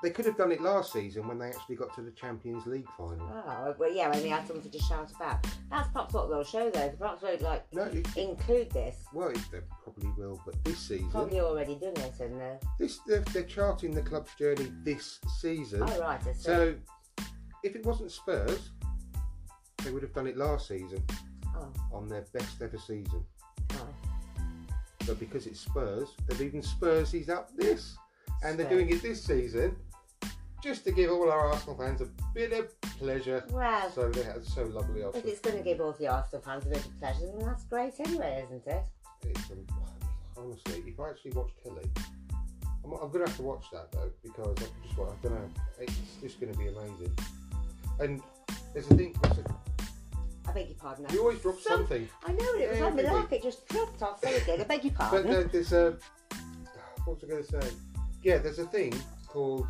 [SPEAKER 3] They could have done it last season when they actually got to the Champions League final.
[SPEAKER 2] Oh, well, yeah, when they had something to shout about. That's perhaps what they'll show, though. They Perhaps won't, like,
[SPEAKER 3] No, it,
[SPEAKER 2] include this.
[SPEAKER 3] well, it, they probably will, but this season,
[SPEAKER 2] Probably already done it, and uh,
[SPEAKER 3] this they're, they're charting the club's journey this season.
[SPEAKER 2] oh right, I see.
[SPEAKER 3] So, if it wasn't Spurs, they would have done it last season
[SPEAKER 2] oh,
[SPEAKER 3] on their best ever season.
[SPEAKER 2] oh,
[SPEAKER 3] But because it's Spurs, they've even Spursies up this. And they're
[SPEAKER 2] Spurs.
[SPEAKER 3] doing it this season just to give all our Arsenal fans a bit of pleasure.
[SPEAKER 2] Well.
[SPEAKER 3] so they have so lovely
[SPEAKER 2] if
[SPEAKER 3] options.
[SPEAKER 2] it's going to give all the Arsenal fans a bit of pleasure, then that's great, anyway, isn't it?
[SPEAKER 3] It's, um, honestly, if I actually watch telly, I'm, I'm going to have to watch that though because I just want, I don't know, it's just going to be amazing. And there's a thing, what's it-
[SPEAKER 2] I beg your pardon. I-
[SPEAKER 3] you always drop
[SPEAKER 2] Some-
[SPEAKER 3] something.
[SPEAKER 2] I know it was on my
[SPEAKER 3] Everything.
[SPEAKER 2] lap. It just dropped off. There again. I beg your
[SPEAKER 3] But
[SPEAKER 2] pardon.
[SPEAKER 3] there, there's a. What was I going to say? Yeah, there's a thing called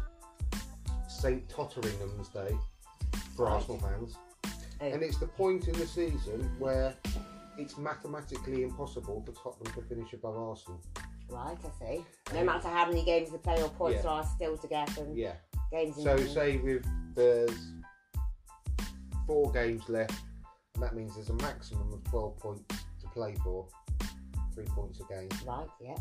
[SPEAKER 3] St. Totteringham's Day for
[SPEAKER 2] Right.
[SPEAKER 3] Arsenal fans.
[SPEAKER 2] Oh.
[SPEAKER 3] And it's the point in the season where it's mathematically impossible for Tottenham to finish above Arsenal.
[SPEAKER 2] Right, I see. No matter how many games they play or points
[SPEAKER 3] Yeah.
[SPEAKER 2] are still to get and
[SPEAKER 3] Yeah.
[SPEAKER 2] games in
[SPEAKER 3] So
[SPEAKER 2] hand.
[SPEAKER 3] say with there's four games left, and that means there's a maximum of twelve points to play for, three points a game.
[SPEAKER 2] Right, yeah,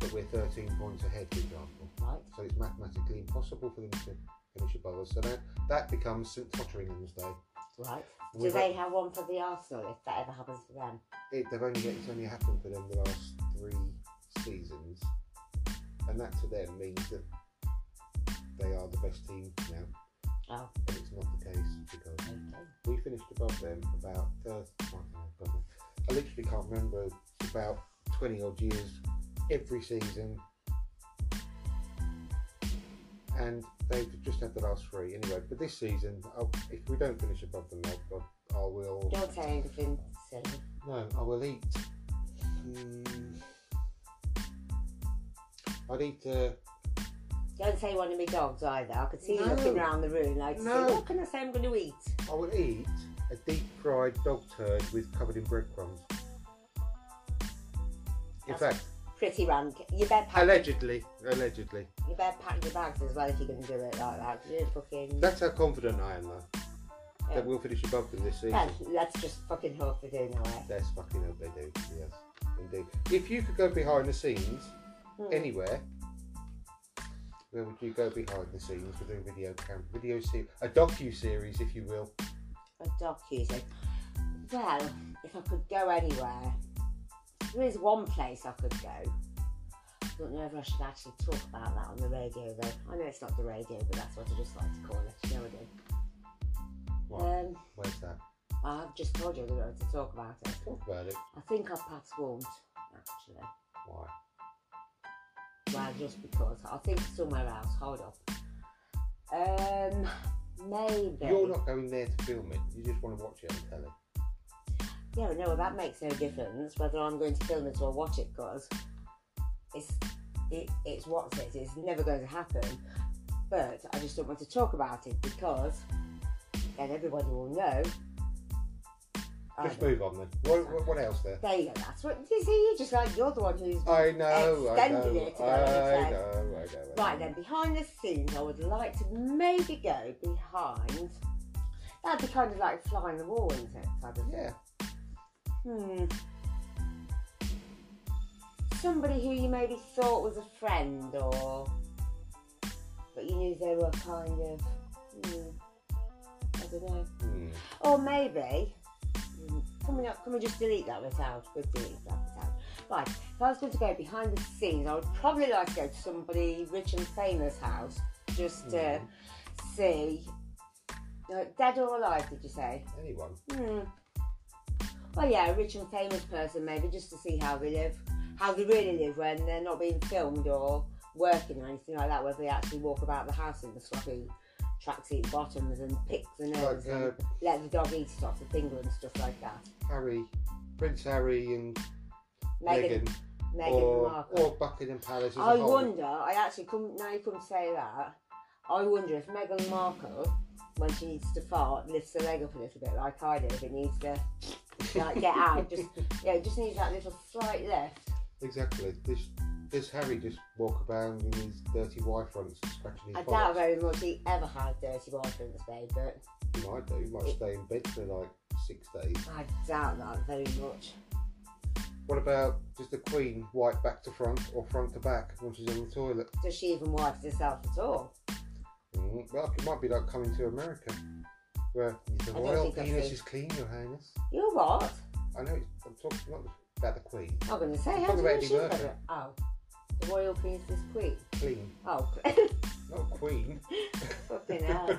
[SPEAKER 3] But we're thirteen points ahead, for example.
[SPEAKER 2] right.
[SPEAKER 3] So it's mathematically impossible for them to finish above us. So that that becomes St Totteringham's Day.
[SPEAKER 2] Right. Do
[SPEAKER 3] We've
[SPEAKER 2] they have one for the Arsenal if that ever happens to them?
[SPEAKER 3] It, they've only it's only happened for them the last three seasons, and that to them means that they are the best team now.
[SPEAKER 2] Oh,
[SPEAKER 3] And it's not the case because.
[SPEAKER 2] okay.
[SPEAKER 3] we finished above them about uh, I literally can't remember about 20 odd years every season and they've just had the last three anyway but this season I'll, if we don't finish above them I'll, I'll, I will
[SPEAKER 2] Don't say anything silly.
[SPEAKER 3] no I will eat mm, I'd eat uh,
[SPEAKER 2] Don't say one of my dogs either. I could see you
[SPEAKER 3] No.
[SPEAKER 2] looking around the room like,
[SPEAKER 3] No.
[SPEAKER 2] see, what can I say I'm going to eat?
[SPEAKER 3] I will eat a deep fried dog turd with covered in breadcrumbs in
[SPEAKER 2] That's-
[SPEAKER 3] fact
[SPEAKER 2] Pretty rank. You better pack,
[SPEAKER 3] Allegedly, allegedly.
[SPEAKER 2] you better pack your bags as well if you're going to do it like that. 'cause You're fucking...
[SPEAKER 3] That's how confident I am, though,
[SPEAKER 2] Yeah.
[SPEAKER 3] that we'll finish above them this season.
[SPEAKER 2] Well, let's just fucking hope they do now, eh?
[SPEAKER 3] That's fucking hope they do. Yes, indeed. If you could go behind the scenes
[SPEAKER 2] Hmm.
[SPEAKER 3] anywhere, where would you go behind the scenes? We're doing video cam, video se- a docu series, if you will.
[SPEAKER 2] a dog using. Well, if I could go anywhere, there is one place I could go. I don't know if I should actually talk about that on the radio though. I know it's not the radio, but that's what I just like to call it. You know what
[SPEAKER 3] What?
[SPEAKER 2] I mean? Um,
[SPEAKER 3] Where's that?
[SPEAKER 2] I've just told you I didn't want to talk about it.
[SPEAKER 3] Talk about it.
[SPEAKER 2] I think I perhaps won't, actually.
[SPEAKER 3] Why?
[SPEAKER 2] Well, just because. I think somewhere else. Hold up. Um, maybe.
[SPEAKER 3] You're not going there to film it. You just want to watch it on telly.
[SPEAKER 2] Yeah, no, that makes no difference whether I'm going to film it or watch it, because it's it, it's what's it. It's never going to happen. But I just don't want to talk about it because then everybody will know. I
[SPEAKER 3] Just
[SPEAKER 2] don't-
[SPEAKER 3] move on then. What, what, what else there?
[SPEAKER 2] There you go. That's what you see. You just like you're the one who's
[SPEAKER 3] I know. I
[SPEAKER 2] extended
[SPEAKER 3] know.
[SPEAKER 2] it. to
[SPEAKER 3] I
[SPEAKER 2] go and say-
[SPEAKER 3] know. I know. I
[SPEAKER 2] Right
[SPEAKER 3] know.
[SPEAKER 2] then, behind the scenes, I would like to maybe go behind. That'd be kind of like flying the wall, isn't it? Type of
[SPEAKER 3] Yeah.
[SPEAKER 2] Hmm. Somebody who you maybe thought was a friend or. But you knew they were kind of. Hmm, I don't know.
[SPEAKER 3] Hmm.
[SPEAKER 2] Or maybe. hmm, Can we, not, can we just delete that bit out? We'll delete that bit out. Right, if I was going to go behind the scenes, I would probably like to go to somebody rich and famous house just to see. uh, dead or alive, did you say?
[SPEAKER 3] Anyone?
[SPEAKER 2] Hmm. Well, yeah, a rich and famous person, maybe, just to see how they live, how they really live when they're not being filmed or working or anything like that, whether they actually walk about the house in the sloppy tracksuit bottoms and pick the nose
[SPEAKER 3] Like,
[SPEAKER 2] and
[SPEAKER 3] uh,
[SPEAKER 2] let the dog eat it off the finger and stuff like that.
[SPEAKER 3] Harry, Prince Harry and
[SPEAKER 2] Meghan,
[SPEAKER 3] Meghan,
[SPEAKER 2] Meghan
[SPEAKER 3] or,
[SPEAKER 2] Markle.
[SPEAKER 3] or Buckingham Palace as a
[SPEAKER 2] I
[SPEAKER 3] whole.
[SPEAKER 2] wonder, I actually couldn't, now you couldn't say that, I wonder if Meghan Markle, when she needs to fart, lifts her leg up a little bit like I do, if it needs to like get out, just, yeah, it just needs that little slight lift.
[SPEAKER 3] Exactly. Does, does Harry just walk around in his dirty wife fronts and scratching his
[SPEAKER 2] I doubt
[SPEAKER 3] bollocks?
[SPEAKER 2] very much he ever had dirty boyfriends, babe, but
[SPEAKER 3] He might do. He might stay in bed for like six days.
[SPEAKER 2] I doubt that very much.
[SPEAKER 3] What about does the Queen wipe back to front or front to back when she's on the toilet?
[SPEAKER 2] Does she even wipe herself at all?
[SPEAKER 3] Mm, well, it might be like coming to America, where the
[SPEAKER 2] I don't
[SPEAKER 3] royal
[SPEAKER 2] think that's
[SPEAKER 3] penis
[SPEAKER 2] it.
[SPEAKER 3] is clean, Your Highness.
[SPEAKER 2] You're what?
[SPEAKER 3] I know. It's, I'm talking not about the Queen.
[SPEAKER 2] I'm going to say, how
[SPEAKER 3] Talk
[SPEAKER 2] do you
[SPEAKER 3] about
[SPEAKER 2] know
[SPEAKER 3] Eddie
[SPEAKER 2] she's got
[SPEAKER 3] Murphy.
[SPEAKER 2] it? Oh, the royal queen is queen.
[SPEAKER 3] Clean,
[SPEAKER 2] Oh,
[SPEAKER 3] not Queen.
[SPEAKER 2] fucking hell.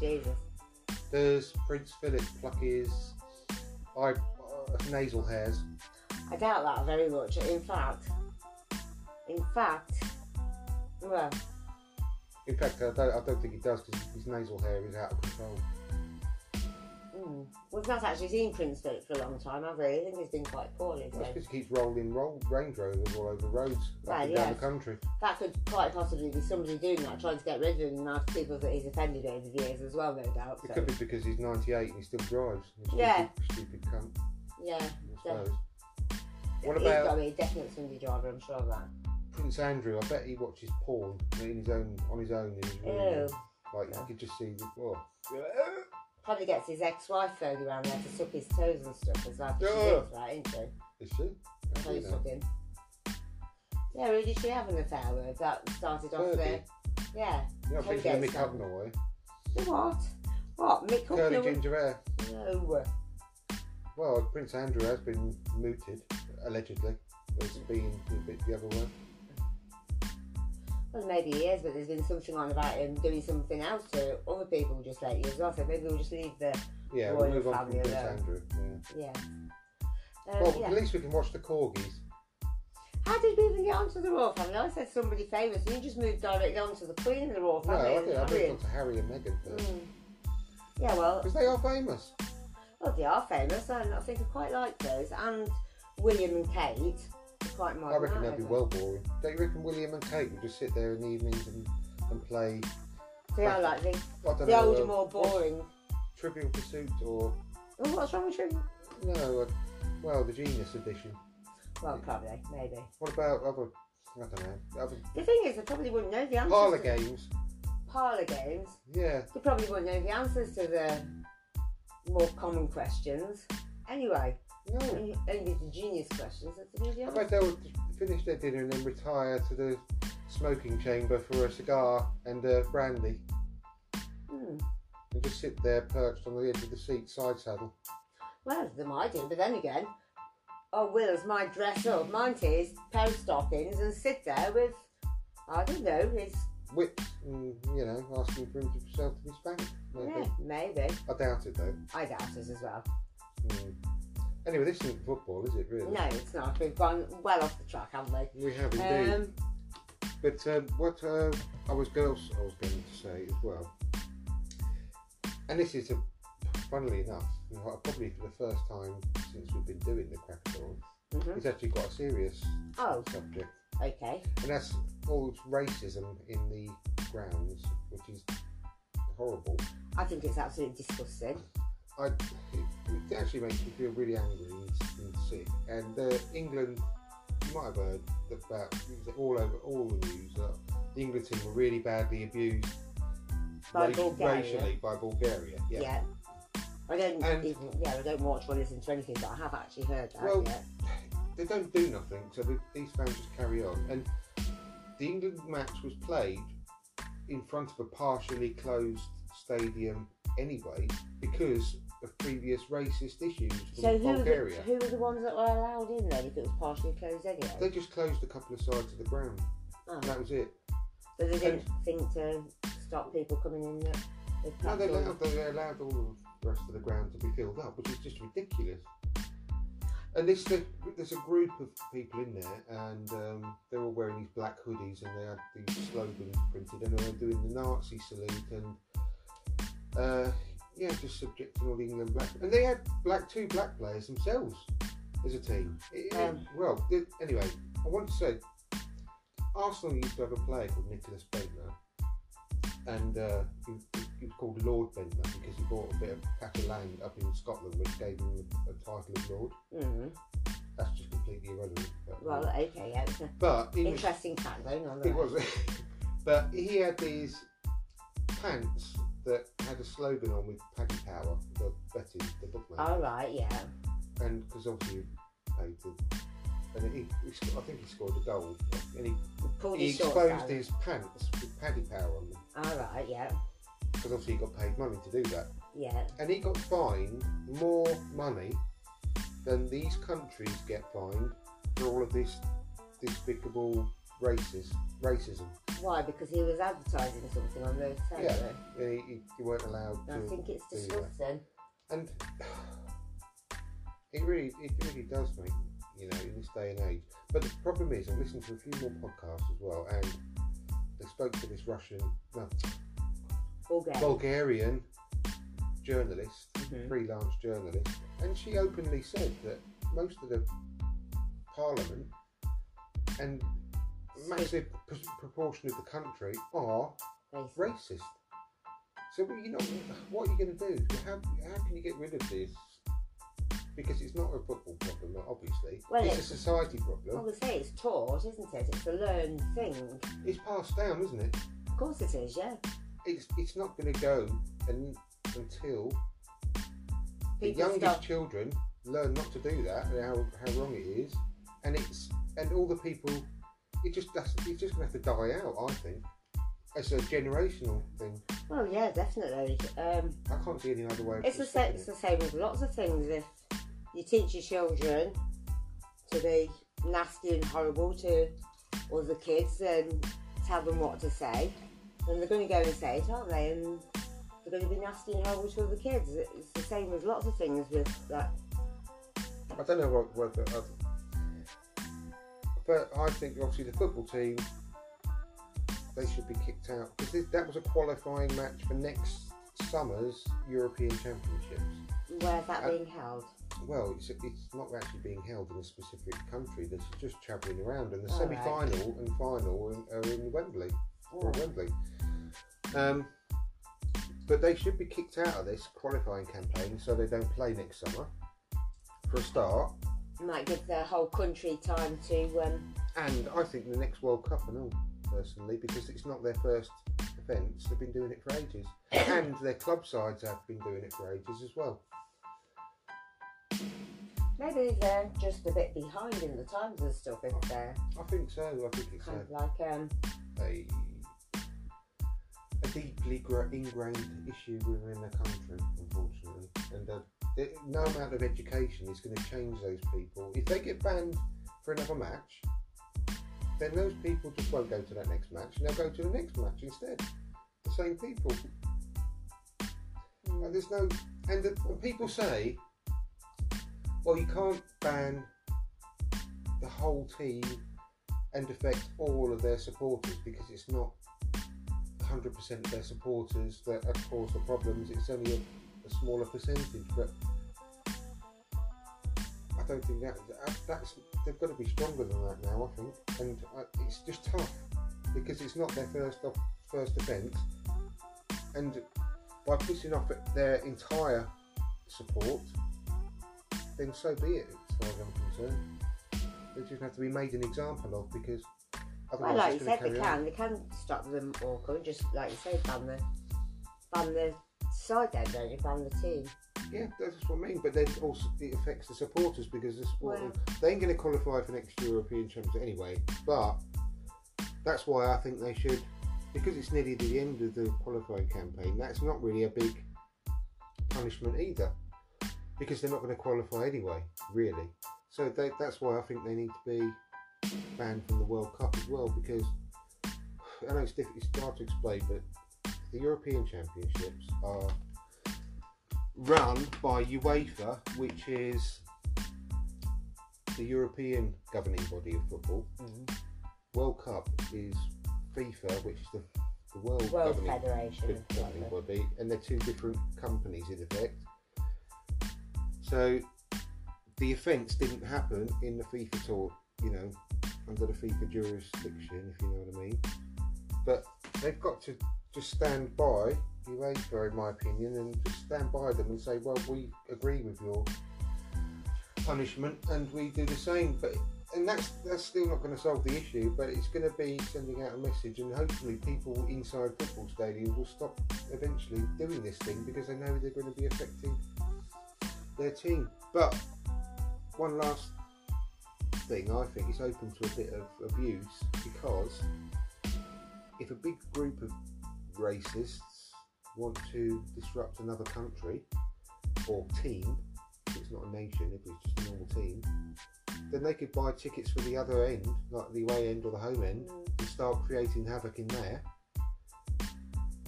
[SPEAKER 2] Jesus.
[SPEAKER 3] Does Prince Philip pluck his eye, uh, nasal hairs?
[SPEAKER 2] I doubt that very much. In fact, in fact, well,
[SPEAKER 3] In fact, I don't, I don't think he does because his nasal hair is out of control.
[SPEAKER 2] mm, we've not actually seen Prince Philip for a long time, have we? I think he's been quite poorly.
[SPEAKER 3] That's
[SPEAKER 2] So
[SPEAKER 3] because he keeps rolling roll, Range Rovers all over the roads up
[SPEAKER 2] Well,
[SPEAKER 3] and down
[SPEAKER 2] yeah.
[SPEAKER 3] the country.
[SPEAKER 2] that could quite possibly be somebody doing that, trying to get rid of him and out of people that he's offended over the years as well, no doubt.
[SPEAKER 3] It
[SPEAKER 2] So,
[SPEAKER 3] could be because he's 98 and he still drives. He's a
[SPEAKER 2] Yeah.
[SPEAKER 3] Stupid, stupid cunt.
[SPEAKER 2] yeah,
[SPEAKER 3] Or suppose. What
[SPEAKER 2] He's got
[SPEAKER 3] about
[SPEAKER 2] to be a definite Sunday driver, I'm sure of that.
[SPEAKER 3] Prince Andrew? I bet he watches porn in his own on his own in his room.
[SPEAKER 2] Ew.
[SPEAKER 3] Like you could just see the oh.
[SPEAKER 2] Probably gets his ex-wife throwing around there to suck his toes and stuff as well. 'cause She
[SPEAKER 3] Yeah.
[SPEAKER 2] is, right, isn't she?
[SPEAKER 3] Is she? How do you
[SPEAKER 2] Toe
[SPEAKER 3] know?
[SPEAKER 2] sucking. Yeah, who did she have an affair with? That started off
[SPEAKER 3] Kirby.
[SPEAKER 2] there. Yeah.
[SPEAKER 3] You're not
[SPEAKER 2] Toe
[SPEAKER 3] thinking of
[SPEAKER 2] gets
[SPEAKER 3] Mick
[SPEAKER 2] that.
[SPEAKER 3] Havner, are you?
[SPEAKER 2] The What? What? Mick
[SPEAKER 3] Curly
[SPEAKER 2] Hucknall-
[SPEAKER 3] ginger hair.
[SPEAKER 2] No.
[SPEAKER 3] Well, Prince Andrew has been mooted, allegedly. It's been a bit the other way.
[SPEAKER 2] Well, maybe he is, but there's been something on about him doing something else to other people just lately as well. So maybe we'll just leave the
[SPEAKER 3] Yeah, we'll
[SPEAKER 2] Royal
[SPEAKER 3] move on from
[SPEAKER 2] family
[SPEAKER 3] Prince
[SPEAKER 2] alone.
[SPEAKER 3] Andrew. Yeah.
[SPEAKER 2] yeah. Uh,
[SPEAKER 3] Well,
[SPEAKER 2] yeah.
[SPEAKER 3] at least we can watch the corgis.
[SPEAKER 2] How did we even get onto the royal family? I said somebody famous, and you just moved directly onto the Queen and the royal
[SPEAKER 3] No,
[SPEAKER 2] family.
[SPEAKER 3] I
[SPEAKER 2] and
[SPEAKER 3] think I
[SPEAKER 2] Harry
[SPEAKER 3] moved on
[SPEAKER 2] and-
[SPEAKER 3] to Harry and Meghan first.
[SPEAKER 2] Mm. Yeah, well,
[SPEAKER 3] Because they are famous.
[SPEAKER 2] well, they are famous, and I think I quite like those. And William and Kate, are quite modern.
[SPEAKER 3] I reckon they'll
[SPEAKER 2] aren't
[SPEAKER 3] be
[SPEAKER 2] they?
[SPEAKER 3] well boring. Don't you reckon William and Kate would just sit there in the evenings and, and play,
[SPEAKER 2] They are like the,
[SPEAKER 3] I don't
[SPEAKER 2] the
[SPEAKER 3] know,
[SPEAKER 2] older,
[SPEAKER 3] uh,
[SPEAKER 2] more boring.
[SPEAKER 3] Trivial Pursuit or,
[SPEAKER 2] Oh, what's wrong with you?
[SPEAKER 3] no, uh, well, the Genius Edition?
[SPEAKER 2] Well, probably, maybe.
[SPEAKER 3] What about other, I don't know, other
[SPEAKER 2] The thing is, they probably wouldn't know the answers.
[SPEAKER 3] parlour
[SPEAKER 2] to-
[SPEAKER 3] games?
[SPEAKER 2] Parlour games.
[SPEAKER 3] Yeah.
[SPEAKER 2] They probably wouldn't know the answers to the more common questions. Anyway,
[SPEAKER 3] No.
[SPEAKER 2] only only the genius questions. That's the
[SPEAKER 3] I
[SPEAKER 2] answers.
[SPEAKER 3] bet they would finish their dinner and then retire to the smoking chamber for a cigar and a brandy
[SPEAKER 2] Hmm.
[SPEAKER 3] and just sit there perched on the edge of the seat, side saddle.
[SPEAKER 2] Well, they might do, but then again, oh, Will's might dress up, mine is pair of stockings and sit there with, I don't know, his,
[SPEAKER 3] Whips and, you know, asking for himself to be spanked. Maybe.
[SPEAKER 2] yeah, maybe.
[SPEAKER 3] I doubt it though.
[SPEAKER 2] I doubt us as well.
[SPEAKER 3] Mm. Anyway, this isn't football, is it really?
[SPEAKER 2] No, it's not. We've gone well off the track, haven't we?
[SPEAKER 3] We have indeed.
[SPEAKER 2] Um,
[SPEAKER 3] But um, what uh, I was going, I was going to say as well, and this is a, funnily enough, you know, probably for the first time since we've been doing the crackdown,
[SPEAKER 2] Mhm.
[SPEAKER 3] it's actually quite a serious
[SPEAKER 2] oh,
[SPEAKER 3] subject,
[SPEAKER 2] okay.
[SPEAKER 3] and that's all racism in the grounds, which is horrible.
[SPEAKER 2] I think it's absolutely disgusting.
[SPEAKER 3] I, it, it actually makes me feel really angry and, and sick. And uh, England, you might have heard about it was all over all the news that the England team were really badly abused
[SPEAKER 2] By
[SPEAKER 3] raci-
[SPEAKER 2] Bulgaria.
[SPEAKER 3] racially by Bulgaria. Yeah.
[SPEAKER 2] Yeah. I don't
[SPEAKER 3] And-
[SPEAKER 2] even, yeah, I don't watch or listen to anything, but I have actually heard that.
[SPEAKER 3] Well,
[SPEAKER 2] yeah.
[SPEAKER 3] They don't do nothing, so the, these fans just carry on. And the England match was played in front of a partially closed stadium anyway because of previous racist issues from
[SPEAKER 2] So who were, the,
[SPEAKER 3] Bulgaria.
[SPEAKER 2] who were the ones that were allowed in then if it was partially closed anyway?
[SPEAKER 3] They just closed a couple of sides of the ground,
[SPEAKER 2] Oh,
[SPEAKER 3] and that was it.
[SPEAKER 2] But they didn't think to stop people coming in that they've
[SPEAKER 3] No,
[SPEAKER 2] packed
[SPEAKER 3] they
[SPEAKER 2] in.
[SPEAKER 3] allowed, they allowed all the rest of the ground to be filled up, which is just ridiculous. And this, the, there's a group of people in there, and um, they're all wearing these black hoodies, and they had these slogans printed, and they were doing the Nazi salute, and uh, yeah, just subjecting all the England black. And they had black two black players themselves as a team. It- it-
[SPEAKER 2] Um.
[SPEAKER 3] well, th- anyway, I want to say Arsenal used to have a player called Nicholas Bentner, and uh, he, he was called Lord Bentner because he bought a bit of patch of land up in Scotland, which gave him a title of Lord.
[SPEAKER 2] Mm.
[SPEAKER 3] That's just completely irrelevant. But,
[SPEAKER 2] Well, okay, yeah, it's an
[SPEAKER 3] but he was,
[SPEAKER 2] interesting fact though, nonetheless.
[SPEAKER 3] he was, but he had these pants that had a slogan on with Paddy Power, the betting, the bookmaker,
[SPEAKER 2] All right, yeah.
[SPEAKER 3] and because obviously he paid to. And he, he, sc- I think he scored a goal, and he,
[SPEAKER 2] Pulled
[SPEAKER 3] he
[SPEAKER 2] his shorts
[SPEAKER 3] exposed
[SPEAKER 2] down.
[SPEAKER 3] his pants with Paddy Power on them.
[SPEAKER 2] All right, yeah,
[SPEAKER 3] because obviously he got paid money to do that,
[SPEAKER 2] yeah.
[SPEAKER 3] and he got fined more money than these countries get fined for all of this despicable racist racism.
[SPEAKER 2] Why? Because he was advertising something on the telly.
[SPEAKER 3] Yeah, and he, he- he weren't allowed
[SPEAKER 2] I
[SPEAKER 3] to.
[SPEAKER 2] think it's
[SPEAKER 3] do that.
[SPEAKER 2] disgusting.
[SPEAKER 3] And it really, it really does make you know in this day and age. But the problem is, I've listened to a few more podcasts as well, and they spoke to this Russian, no,
[SPEAKER 2] Bulgaria.
[SPEAKER 3] Bulgarian journalist,
[SPEAKER 2] Mhm.
[SPEAKER 3] freelance journalist, and she openly said that most of the parliament and massive p- proportion of the country are
[SPEAKER 2] Racist.
[SPEAKER 3] racist. So well, you know what are you going to do? How, how can you get rid of this because it's not a football problem, obviously.
[SPEAKER 2] Well,
[SPEAKER 3] it's a
[SPEAKER 2] it's-
[SPEAKER 3] society
[SPEAKER 2] I
[SPEAKER 3] problem.
[SPEAKER 2] was gonna say it's taught, isn't it? It's a learned thing.
[SPEAKER 3] It's passed down, isn't it?
[SPEAKER 2] Of course it is, yeah.
[SPEAKER 3] It's it's not going to go and, until the
[SPEAKER 2] People
[SPEAKER 3] youngest
[SPEAKER 2] stop.
[SPEAKER 3] children learn not to do that and how, how wrong it is, and it's and all the people, it just doesn't. It's just going to have to die out. I think as a generational thing.
[SPEAKER 2] Well, yeah, definitely. Um,
[SPEAKER 3] I can't see any other way. of
[SPEAKER 2] it's the same.
[SPEAKER 3] stopping
[SPEAKER 2] It's
[SPEAKER 3] it.
[SPEAKER 2] the same with lots of things. If you teach your children to be nasty and horrible to other kids and tell them what to say, then they're going to go and say it, aren't they? And they're going to be nasty and horrible to other kids. It's the same with lots of things. With that,
[SPEAKER 3] I don't know what, what the other. But I think obviously the football team, they should be kicked out because that was a qualifying match for next summer's European Championships.
[SPEAKER 2] where's that
[SPEAKER 3] Uh,
[SPEAKER 2] being held?
[SPEAKER 3] Well, it's, it's not actually being held in a specific country. They're just travelling around, and the
[SPEAKER 2] All right.
[SPEAKER 3] semi-final and final are in Wembley or
[SPEAKER 2] Oh.
[SPEAKER 3] Wembley. Um, but they should be kicked out of this qualifying campaign so they don't play next summer for a start.
[SPEAKER 2] Might give the whole country time to. Um,
[SPEAKER 3] And I think the next World Cup and all, personally, because it's not their first offence. They've been doing it for ages, and their club sides have been doing it for ages as well.
[SPEAKER 2] maybe they're just a bit behind in the times and stuff if they're
[SPEAKER 3] I think so. I think it's
[SPEAKER 2] kind
[SPEAKER 3] a,
[SPEAKER 2] of like um,
[SPEAKER 3] a, a deeply gra- ingrained issue within the country, unfortunately. And uh, the- no amount of education is going to change those people. If they get banned for another match, then those people just won't go to that next match, and they'll go to the next match instead. The same people. And there's no, and the, when people say, well, you can't ban the whole team and affect all of their supporters because it's not 100% of their supporters that have caused the problems, it's only a, a smaller percentage. But I don't think that, that that's they've got to be stronger than that now, I think. And uh, it's just tough because it's not their first off, first offence, and by pissing off their entire support, then so be it, as far as I'm concerned. They just have to be made an example of because
[SPEAKER 2] Well,
[SPEAKER 3] otherwise
[SPEAKER 2] like you
[SPEAKER 3] it's going
[SPEAKER 2] said,
[SPEAKER 3] to
[SPEAKER 2] they
[SPEAKER 3] carry on.
[SPEAKER 2] can. They can stop them or can just, like you said, ban the ban the side then, don't you? Ban the team.
[SPEAKER 3] Yeah, that's what I mean. But then also it affects the supporters because the supporters,
[SPEAKER 2] Well-
[SPEAKER 3] they ain't going to qualify for next European Championship anyway. But that's why I think they should, because it's nearly the end of the qualifying campaign. That's not really a big punishment either, because they're not going to qualify anyway, really. So they, that's why I think they need to be banned from the World Cup as well. Because I know it's, diff- it's hard to explain, but the European Championships are run by UEFA, which is the European governing body of football.
[SPEAKER 2] Mm-hmm.
[SPEAKER 3] World Cup is FIFA, which is the, the world,
[SPEAKER 2] World
[SPEAKER 3] governing,
[SPEAKER 2] Federation
[SPEAKER 3] good
[SPEAKER 2] of
[SPEAKER 3] governing
[SPEAKER 2] Football.
[SPEAKER 3] body, and they're two different companies in effect. So the offence didn't happen in the FIFA tour, you know, under the FIFA jurisdiction, if you know what I mean. But they've got to just stand by UEFA, in my opinion, and just stand by them and say, well, we agree with your punishment, and we do the same. But and that's that's still not going to solve the issue, but it's going to be sending out a message, and hopefully people inside football stadiums will stop eventually doing this thing because they know they're going to be affecting their team. But one last thing, I think it's open to a bit of abuse because if a big group of racists want to disrupt another country or team, if it's not a nation, if it's just a normal team, then they could buy tickets for the other end, like the away end or the home end,
[SPEAKER 2] Mm.
[SPEAKER 3] and start creating havoc in there.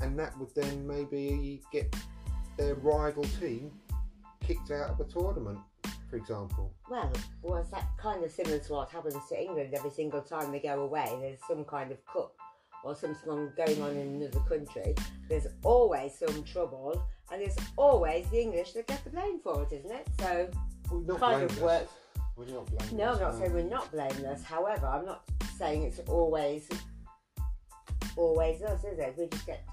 [SPEAKER 3] And that would then maybe get their rival team kicked out of a tournament, for example.
[SPEAKER 2] Well, well, it's that kind of similar to what happens to England every single time they go away. There's some kind of cup or something on- going on in another country. There's always some trouble, and there's always the English that get the blame for it, isn't it? So
[SPEAKER 3] We're not
[SPEAKER 2] Kind of
[SPEAKER 3] blameless.
[SPEAKER 2] works.
[SPEAKER 3] We're not blameless.
[SPEAKER 2] no, I'm not
[SPEAKER 3] no.
[SPEAKER 2] saying we're not blameless. However, I'm not saying it's always always us, is it? We just get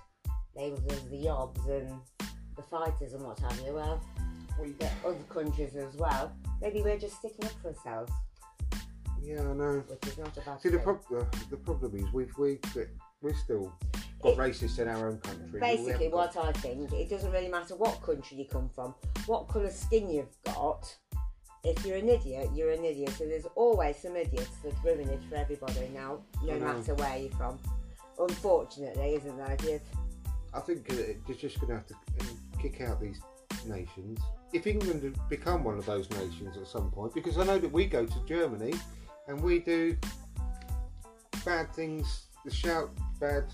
[SPEAKER 2] labelled as the yobs and the fighters and what have you. Well,
[SPEAKER 3] What you get?
[SPEAKER 2] other countries as well. Maybe we're just sticking up for ourselves,
[SPEAKER 3] Yeah, I know.
[SPEAKER 2] which is not a bad
[SPEAKER 3] See, the,
[SPEAKER 2] thing.
[SPEAKER 3] prob- uh, the problem is we've we we're still got
[SPEAKER 2] It-
[SPEAKER 3] racists in our own country. We haven't
[SPEAKER 2] Basically,
[SPEAKER 3] got-
[SPEAKER 2] what I think, it doesn't really matter what country you come from, what colour skin you've got. If you're an idiot, you're an idiot. So there's always some idiots that ruin it for everybody now, no
[SPEAKER 3] I know.
[SPEAKER 2] matter where you're from. Unfortunately, isn't there? Yes.
[SPEAKER 3] I think uh, they're just going to have to uh, kick out these nations. If England had become one of those nations at some point, because I know that we go to Germany and we do bad things, shout bad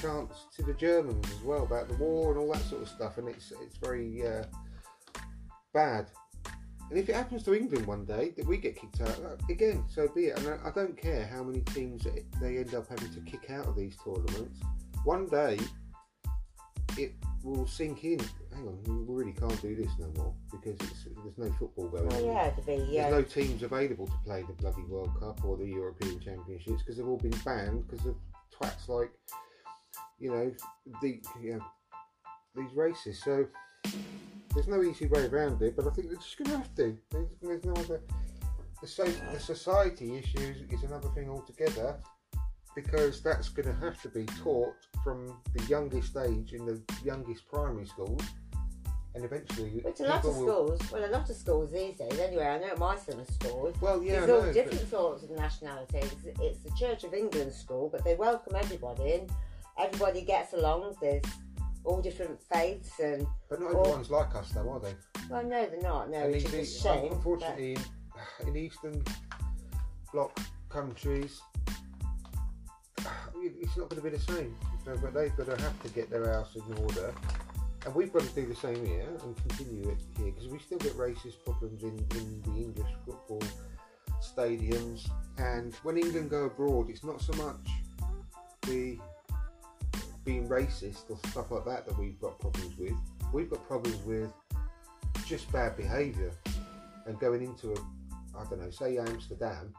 [SPEAKER 3] chants to the Germans as well about the war and all that sort of stuff, and it's it's very uh, bad. And if it happens to England one day that we get kicked out uh, again, so be it. And I, I don't care how many teams that they end up having to kick out of these tournaments. One day, it will sink in. Hang on, we really can't do this no more because it's, there's no football going on.
[SPEAKER 2] Oh, yeah, to be, yeah.
[SPEAKER 3] There's no teams available to play the bloody World Cup or the European Championships because they've all been banned because of twats like, you know, the you know, these races. So there's no easy way around it, but I think they're just going to have to. There's, there's no other. The, so, the society issue is, is another thing altogether because that's going to have to be taught from the youngest age in the youngest primary schools. And eventually,
[SPEAKER 2] Which a lot of
[SPEAKER 3] people will-
[SPEAKER 2] schools, well, a lot of schools these days, anyway, I know at my summer schools,
[SPEAKER 3] Well, yeah, I
[SPEAKER 2] there's
[SPEAKER 3] know,
[SPEAKER 2] all
[SPEAKER 3] but-
[SPEAKER 2] different sorts of nationalities. It's the Church of England school, but they welcome everybody in. Everybody gets along. There's all different faiths and,
[SPEAKER 3] But not
[SPEAKER 2] Or-
[SPEAKER 3] everyone's like us, though, are they?
[SPEAKER 2] well, no, they're not, no,
[SPEAKER 3] And
[SPEAKER 2] which
[SPEAKER 3] in
[SPEAKER 2] is a
[SPEAKER 3] the-
[SPEAKER 2] shame.
[SPEAKER 3] unfortunately, in, in Eastern Bloc countries, it- it's not going to be the same. So, but they've got to have to get their house in order. And we've got to do the same here and continue it here because we still get racist problems in, in the English football stadiums. And when England go abroad, it's not so much the being racist or stuff like that that we've got problems with. We've got problems with just bad behaviour and going into a, I don't know, say Amsterdam,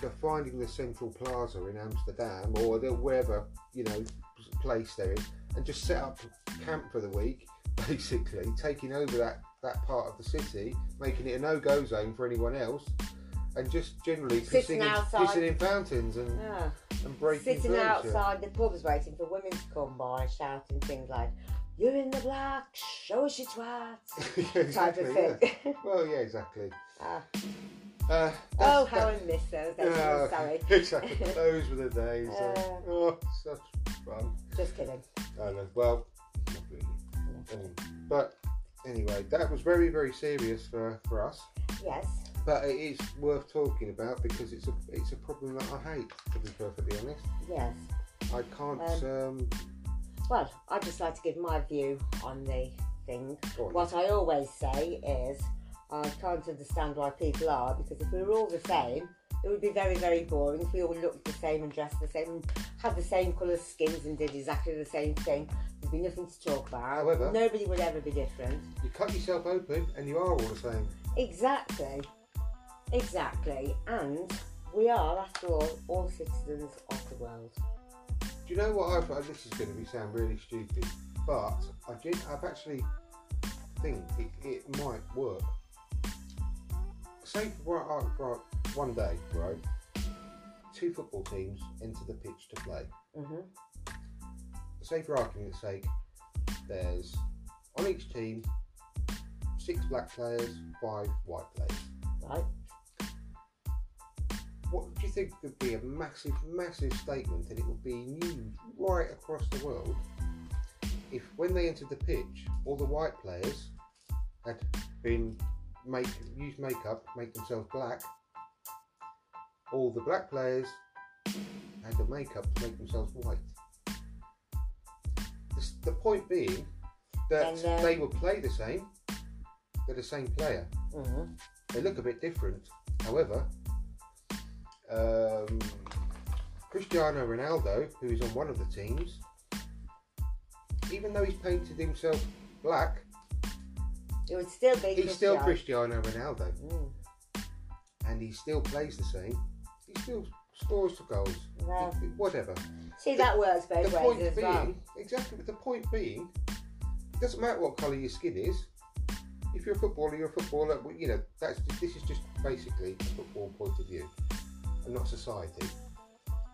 [SPEAKER 3] they're finding the Central Plaza in Amstam or the, wherever, you know, place they're in and just set up camp for the week, basically, taking over that, that part of the city, making it a no go zone for anyone else. And just generally
[SPEAKER 2] Sitting
[SPEAKER 3] pissing in,
[SPEAKER 2] outside.
[SPEAKER 3] pissing in fountains and,
[SPEAKER 2] Yeah.
[SPEAKER 3] and breaking
[SPEAKER 2] ah, Sitting
[SPEAKER 3] furniture.
[SPEAKER 2] outside the pubs waiting for women to come by, shouting things like, You're in the black, show us your twat,
[SPEAKER 3] Yeah,
[SPEAKER 2] type of
[SPEAKER 3] exactly,
[SPEAKER 2] thing.
[SPEAKER 3] yeah. Well, yeah, exactly.
[SPEAKER 2] Ah.
[SPEAKER 3] Uh,
[SPEAKER 2] oh,
[SPEAKER 3] that's-
[SPEAKER 2] how I miss those. That's
[SPEAKER 3] Yeah,
[SPEAKER 2] so sorry.
[SPEAKER 3] Exactly. Those were the days. uh,
[SPEAKER 2] Yeah.
[SPEAKER 3] oh, such fun.
[SPEAKER 2] Just kidding.
[SPEAKER 3] I don't know. Well, not really. Um, but anyway, that was very, very serious for, for us.
[SPEAKER 2] Yes.
[SPEAKER 3] But it is worth talking about because it's a it's a problem that I hate. To be perfectly honest,
[SPEAKER 2] Yes.
[SPEAKER 3] I can't. Um,
[SPEAKER 2] Well, I'd just like to give my view on the thing.
[SPEAKER 3] Go on.
[SPEAKER 2] What I always say is, I can't understand why people are, because if we were all the same, it would be very, very boring if we all looked the same and dressed the same and had the same colour skins and did exactly the same thing. There'd be nothing to talk about.
[SPEAKER 3] However-
[SPEAKER 2] Nobody would ever be different.
[SPEAKER 3] you cut yourself open, and you are all the same.
[SPEAKER 2] Exactly. Exactly. And we are, after all, all citizens of the world.
[SPEAKER 3] Do you know what I've? uh, This is going to be sound really stupid, but I did. I've actually think it, it might work. Say for right, right, right, one day, right? Two football teams enter the pitch to play.
[SPEAKER 2] hmm
[SPEAKER 3] Say for argument's sake, there's on each team six black players, five white players.
[SPEAKER 2] Right?
[SPEAKER 3] What do you think would be a massive, massive statement, and it would be news right across the world if, when they entered the pitch, all the white players had been make used makeup, make themselves black. All the black players had the makeup to make themselves white. The, s- the point being that
[SPEAKER 2] And, uh,
[SPEAKER 3] they would play the same. They're the same player.
[SPEAKER 2] hmm
[SPEAKER 3] They look a bit different. However, um, Cristiano Ronaldo, who is on one of the teams, even though he's painted himself black,
[SPEAKER 2] It would still be.
[SPEAKER 3] he's still
[SPEAKER 2] Cristiano.
[SPEAKER 3] Cristiano Ronaldo,
[SPEAKER 2] Mm.
[SPEAKER 3] and he still plays the same. He still scores the goals.
[SPEAKER 2] Well.
[SPEAKER 3] He- Whatever.
[SPEAKER 2] See, that works both
[SPEAKER 3] The
[SPEAKER 2] ways
[SPEAKER 3] point
[SPEAKER 2] as well.
[SPEAKER 3] being, exactly. The point being, it doesn't matter what colour your skin is. if you're a footballer, you're a footballer. Well, you know, that's this is just basically a football point of view, and not society.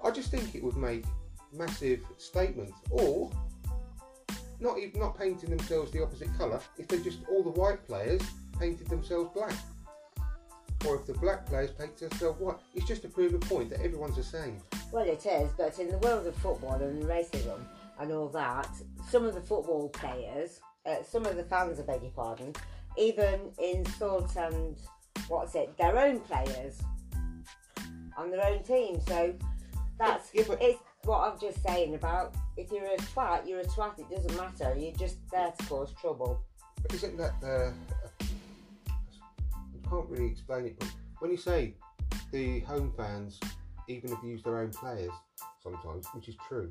[SPEAKER 3] I just think it would make massive statements, or not even not painting themselves the opposite colour. If they just all the white players painted themselves black, or if the black players painted themselves white, it's just to prove a point that everyone's the same.
[SPEAKER 2] Well, it is, but in the world of football and racism and all that, some of the football players, uh, some of the fans, I beg your pardon, even insult and what's it, their own players on their own team. So that's
[SPEAKER 3] Yeah, but-
[SPEAKER 2] it's what I'm just saying about if you're a twat, you're a twat. It doesn't matter. You're just there to cause trouble.
[SPEAKER 3] But isn't that the? I can't really explain it, but when you say the home fans even abuse their own players sometimes, which is true,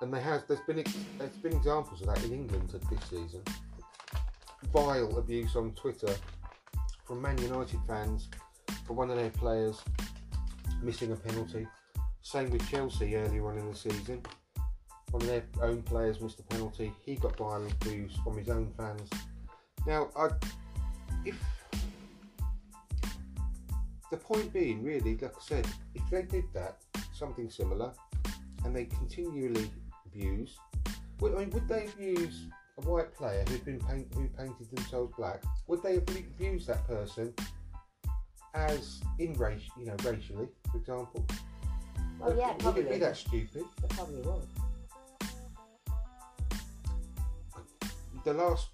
[SPEAKER 3] and there has there's been ex- there's been examples of that in England this season. Vile abuse on Twitter from Man United fans for one of their players missing a penalty. Same with Chelsea earlier on in the season one of their own players missed a penalty. He got violent abuse from his own fans. Now, I, if the point being, really, like I said, if they did that, something similar, and they continually abuse, would, I mean, would they abuse a white player who'd been paint, who painted themselves black? Would they abuse that person as in race, you know, racially, for example?
[SPEAKER 2] Well, yeah,
[SPEAKER 3] would,
[SPEAKER 2] probably.
[SPEAKER 3] Would it be that stupid?
[SPEAKER 2] They probably would.
[SPEAKER 3] the last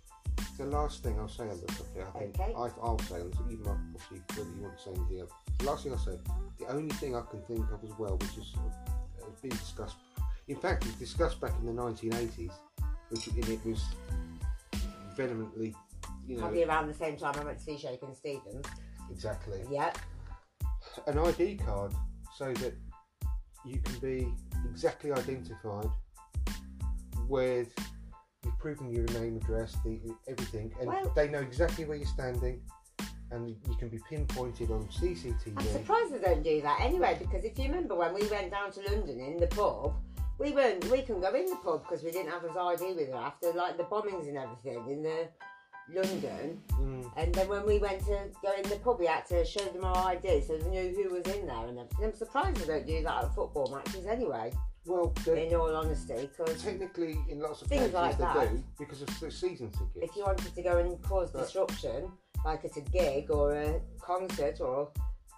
[SPEAKER 3] the last thing I'll say on the subject, I think
[SPEAKER 2] Okay.
[SPEAKER 3] I, I'll say on this, even though obviously whether you want to say anything else. The last thing I'll say, the only thing I can think of as well, which is uh, has been discussed. In fact, it was discussed back in the 1980s, which in it was vehemently, you know,
[SPEAKER 2] Probably around the same time I went to see Shaking Stevens.
[SPEAKER 3] exactly
[SPEAKER 2] Yeah.
[SPEAKER 3] an ID card so that you can be exactly identified with you've proven your name, address, the, everything, and
[SPEAKER 2] Well-
[SPEAKER 3] they know exactly where you're standing, and you can be pinpointed on
[SPEAKER 2] I'm
[SPEAKER 3] CCTV.
[SPEAKER 2] surprised they don't do that anyway, because if you remember when we went down to London in the pub, we weren't we couldn't go in the pub because we didn't have his ID with us after like the bombings and everything in the London.
[SPEAKER 3] Mm,
[SPEAKER 2] And then when we went to go in the pub, we had to show them our ID so they knew who was in there and everything. I'm surprised they don't do that at football matches anyway.
[SPEAKER 3] well, the,
[SPEAKER 2] In all honesty, because
[SPEAKER 3] technically, in lots of
[SPEAKER 2] Things
[SPEAKER 3] places
[SPEAKER 2] like
[SPEAKER 3] they
[SPEAKER 2] that.
[SPEAKER 3] do because of the season tickets.
[SPEAKER 2] if you wanted to go and cause
[SPEAKER 3] But-
[SPEAKER 2] disruption, like at a gig or a concert or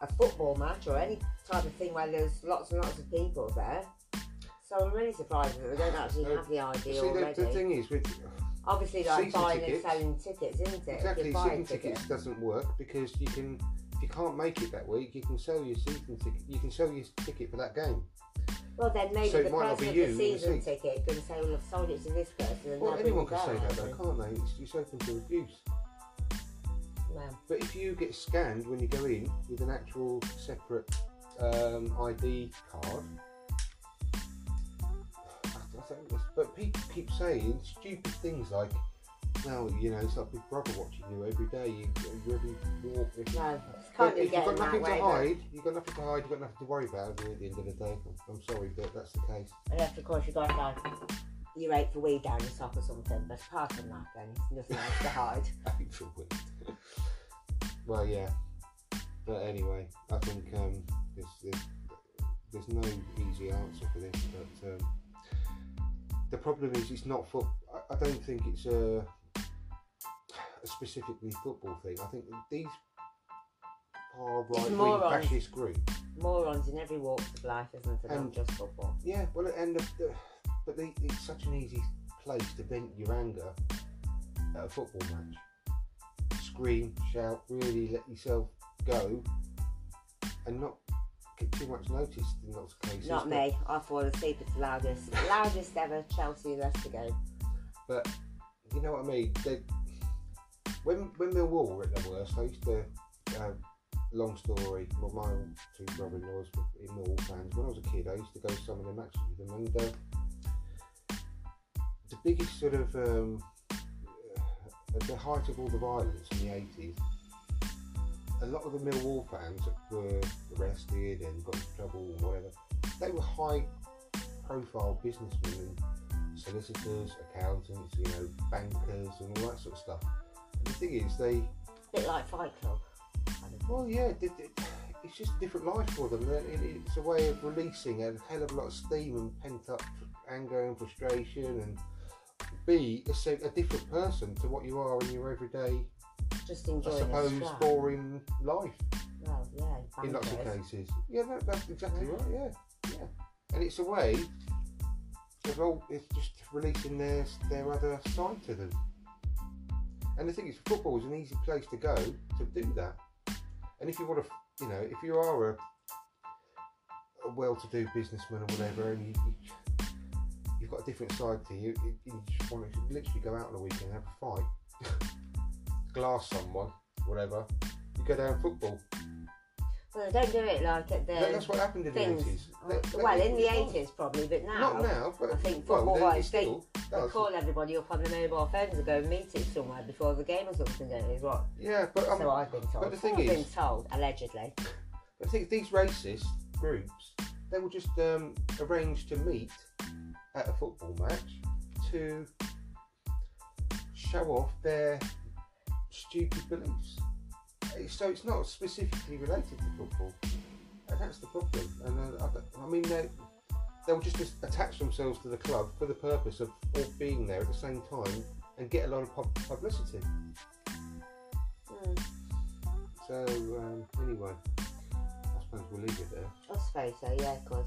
[SPEAKER 2] a football match or any type of thing where there's lots and lots of people there. So I'm really surprised that they don't actually
[SPEAKER 3] No.
[SPEAKER 2] have the idea
[SPEAKER 3] Uh, See, the,
[SPEAKER 2] already.
[SPEAKER 3] the thing is with
[SPEAKER 2] Obviously, like
[SPEAKER 3] season
[SPEAKER 2] buying
[SPEAKER 3] tickets-
[SPEAKER 2] and selling tickets, isn't it? If
[SPEAKER 3] exactly
[SPEAKER 2] you buy a
[SPEAKER 3] season
[SPEAKER 2] ticket.
[SPEAKER 3] tickets doesn't work because you can if you can't make it that week, you can sell your season ticket. You can sell your ticket for that game.
[SPEAKER 2] Well, then maybe
[SPEAKER 3] So it
[SPEAKER 2] the
[SPEAKER 3] might not be
[SPEAKER 2] person of
[SPEAKER 3] you,
[SPEAKER 2] the
[SPEAKER 3] you
[SPEAKER 2] season
[SPEAKER 3] see.
[SPEAKER 2] ticket can say, "Well, I've sold it to this person." And
[SPEAKER 3] Well,
[SPEAKER 2] they'll bring
[SPEAKER 3] anyone
[SPEAKER 2] it
[SPEAKER 3] can say
[SPEAKER 2] down,
[SPEAKER 3] that,
[SPEAKER 2] haven't
[SPEAKER 3] though, can't they? It's, it's open to abuse.
[SPEAKER 2] they? No.
[SPEAKER 3] But if you get scanned when you go in with an actual separate um, ID card, I don't think this- but people keep saying stupid things like, "Well, you know, it's like Big Brother watching you every day. You, you every walk."
[SPEAKER 2] No,
[SPEAKER 3] Every,
[SPEAKER 2] it's
[SPEAKER 3] But
[SPEAKER 2] kind of
[SPEAKER 3] if you've
[SPEAKER 2] getting
[SPEAKER 3] got
[SPEAKER 2] that
[SPEAKER 3] nothing to
[SPEAKER 2] way. but-
[SPEAKER 3] hide, you've got nothing to hide. You've got nothing to worry about at the end of the day. I'm sorry, but that's the case.
[SPEAKER 2] Unless, of course, you got like you ate for weed down your sock or something. But apart from that, then it's nothing else to hide.
[SPEAKER 3] April Wheat. well, yeah. But anyway, I think um, there's, there's, there's no easy answer for this. But um, the problem is, it's not foot. I, I don't think it's a, a specifically football thing. I think these far right wing
[SPEAKER 2] morons.
[SPEAKER 3] fascist group.
[SPEAKER 2] Morons in every walk of life, isn't it?
[SPEAKER 3] And-
[SPEAKER 2] Not just football.
[SPEAKER 3] Yeah, well, and the, the, but they, it's such an easy place to vent your anger at a football match. Scream, shout, really let yourself go, and not get too much noticed in lots of cases.
[SPEAKER 2] Not
[SPEAKER 3] but-
[SPEAKER 2] me. I fall asleep at the loudest, loudest ever Chelsea Leicester game.
[SPEAKER 3] But you know what I mean. They, when when Millwall were at their worst, I used to. Uh, long story. Well, my two brother-in-laws were in Millwall fans. When I was a kid, I used to go to some of their matches with them, and uh, the biggest sort of um, uh, at the height of all the violence in the eighties. A lot of the Millwall fans that were arrested and got into trouble and whatever. They were high-profile businessmen and solicitors, accountants, you know, bankers, and all that sort of stuff. And thing is, they
[SPEAKER 2] bit like Fight Club. kind of.
[SPEAKER 3] Well, yeah, it, it, it's just a different life for them. It, it, it's a way of releasing a hell of a lot of steam and pent up anger and frustration, and be a, se- a different person to what you are in your everyday,
[SPEAKER 2] Just enjoying
[SPEAKER 3] I
[SPEAKER 2] the
[SPEAKER 3] suppose,
[SPEAKER 2] scrap.
[SPEAKER 3] boring life.
[SPEAKER 2] Well, yeah,
[SPEAKER 3] in lots of
[SPEAKER 2] banjos.
[SPEAKER 3] cases. Yeah, no, that's exactly right. Yeah, yeah. And it's a way of all it's just releasing their their other side to them. And the thing is, football is an easy place to go to do that. And if you want to, you know, if you are a, a well-to-do businessman or whatever, and you, you you've got a different side to you, you, you just want to literally go out on a weekend and have a fight, glass someone, whatever. You go down football.
[SPEAKER 2] Well, they don't do it like at the
[SPEAKER 3] That- that's what happened in the
[SPEAKER 2] things.
[SPEAKER 3] 80s.
[SPEAKER 2] Oh,
[SPEAKER 3] That- that
[SPEAKER 2] well,
[SPEAKER 3] was-
[SPEAKER 2] in the eighties probably, but now.
[SPEAKER 3] Not now, but
[SPEAKER 2] I think
[SPEAKER 3] well,
[SPEAKER 2] football
[SPEAKER 3] they-
[SPEAKER 2] wise,
[SPEAKER 3] they
[SPEAKER 2] they,
[SPEAKER 3] still
[SPEAKER 2] they
[SPEAKER 3] does.
[SPEAKER 2] call everybody up on the mobile phones and go and meet it somewhere before the game or something. Don't they? Is what?
[SPEAKER 3] Yeah, but um,
[SPEAKER 2] so I've been told.
[SPEAKER 3] But the thing
[SPEAKER 2] I've been
[SPEAKER 3] is,
[SPEAKER 2] told allegedly.
[SPEAKER 3] the thing, these racist groups, they will just um, arrange to meet at a football match to show off their stupid beliefs. It's- So it's not specifically related to football, and that's the problem. And uh, I, don't- I mean, they they'll just as- attach themselves to the club for the purpose of all being there at the same time and get a lot of pub- publicity.
[SPEAKER 2] Mm,
[SPEAKER 3] So um, anyway, I suppose we'll leave it there.
[SPEAKER 2] I suppose so. Yeah, because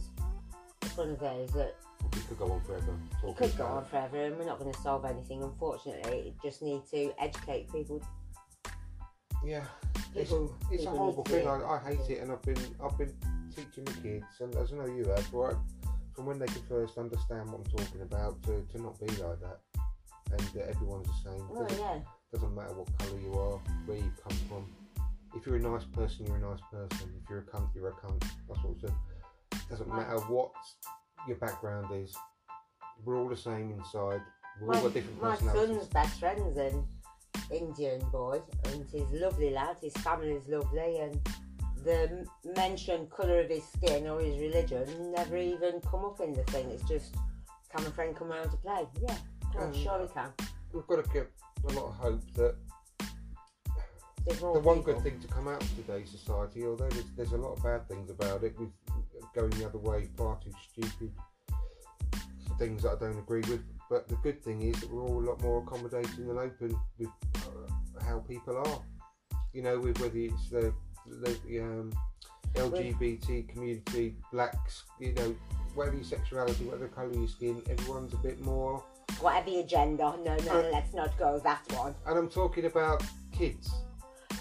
[SPEAKER 2] it's one of those that
[SPEAKER 3] We could go on forever.
[SPEAKER 2] it
[SPEAKER 3] talking
[SPEAKER 2] could go
[SPEAKER 3] about
[SPEAKER 2] on forever, and we're not going to solve anything. Unfortunately, You just need to educate people.
[SPEAKER 3] it. Yeah, it's,
[SPEAKER 2] People-
[SPEAKER 3] it's a
[SPEAKER 2] people
[SPEAKER 3] horrible
[SPEAKER 2] need to
[SPEAKER 3] thing. I,
[SPEAKER 2] be-
[SPEAKER 3] I hate it, and I've been I've been teaching the kids, and as I know you have, right, from when they can first understand what I'm talking about to, to not be like that, and that everyone's the same.
[SPEAKER 2] Oh
[SPEAKER 3] doesn't,
[SPEAKER 2] yeah,
[SPEAKER 3] doesn't matter what colour you are, where you come from. If you're a nice person, you're a nice person. If you're a cunt, you're a cunt. That's what it said. Doesn't
[SPEAKER 2] Right.
[SPEAKER 3] matter what your background is. We're all the same inside. We've all
[SPEAKER 2] my,
[SPEAKER 3] got different
[SPEAKER 2] my
[SPEAKER 3] personalities.
[SPEAKER 2] son's best friend's an Indian boy, and he's a lovely lad. His family's lovely, and the m- mentioned colour of his skin or his religion never even come up in the thing. It's just, can my friend come round to play? Yeah, of course,
[SPEAKER 3] Um,
[SPEAKER 2] sure he can.
[SPEAKER 3] We've got to give a lot of hope that
[SPEAKER 2] There's more
[SPEAKER 3] the one
[SPEAKER 2] people.
[SPEAKER 3] good thing to come out of today's society, although there's, there's a lot of bad things about it, with going the other way, far too stupid things that I don't agree with. But the good thing is that we're all a lot more accommodating and open with uh, how people are. You know, with whether it's the, the um, LGBT community, blacks, you know, whatever your sexuality, whatever colour your skin, everyone's a bit more.
[SPEAKER 2] Whatever your gender, no, no,
[SPEAKER 3] Uh,
[SPEAKER 2] let's not go that one.
[SPEAKER 3] And I'm talking about kids.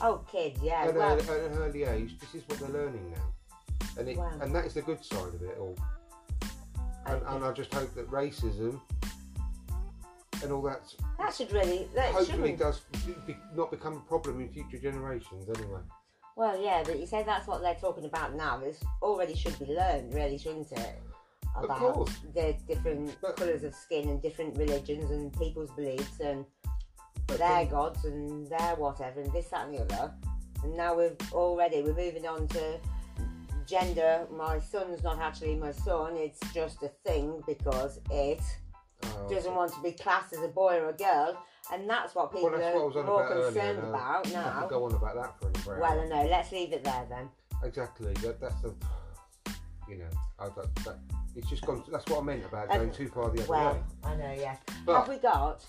[SPEAKER 2] Oh, kids, yeah.
[SPEAKER 3] at, a-
[SPEAKER 2] Well,
[SPEAKER 3] at an early age, this is what they're learning now, and it,
[SPEAKER 2] Wow.
[SPEAKER 3] and that is the good side of it all. And,
[SPEAKER 2] Okay.
[SPEAKER 3] and I just hope that racism and all that
[SPEAKER 2] that should really, that
[SPEAKER 3] hopefully
[SPEAKER 2] shouldn't.
[SPEAKER 3] does be, not become a problem in future generations. Anyway,
[SPEAKER 2] Well, yeah, but you say that's what they're talking about now. This already should be learned, really, shouldn't it?
[SPEAKER 3] Of
[SPEAKER 2] About
[SPEAKER 3] course.
[SPEAKER 2] the different
[SPEAKER 3] But-
[SPEAKER 2] colours of skin and different religions and people's beliefs and
[SPEAKER 3] But
[SPEAKER 2] their
[SPEAKER 3] then-
[SPEAKER 2] gods and their whatever and this, that, and the other. And now we've already we're moving on to gender. My son's not actually my son; it's just a thing because it
[SPEAKER 3] uh,
[SPEAKER 2] doesn't want to be classed as a boy or a girl, and that's what people
[SPEAKER 3] well, that's what I was
[SPEAKER 2] are
[SPEAKER 3] on
[SPEAKER 2] more
[SPEAKER 3] about earlier.
[SPEAKER 2] concerned
[SPEAKER 3] and I-
[SPEAKER 2] about
[SPEAKER 3] I
[SPEAKER 2] now.
[SPEAKER 3] could go on about that for another
[SPEAKER 2] Well,
[SPEAKER 3] hour.
[SPEAKER 2] I know. Let's leave it there then.
[SPEAKER 3] Exactly. That, that's the you know I, that, that, it's just gone. That's what I meant about
[SPEAKER 2] Um,
[SPEAKER 3] going too far the other way.
[SPEAKER 2] Well, I know, yes.
[SPEAKER 3] But-
[SPEAKER 2] have we got?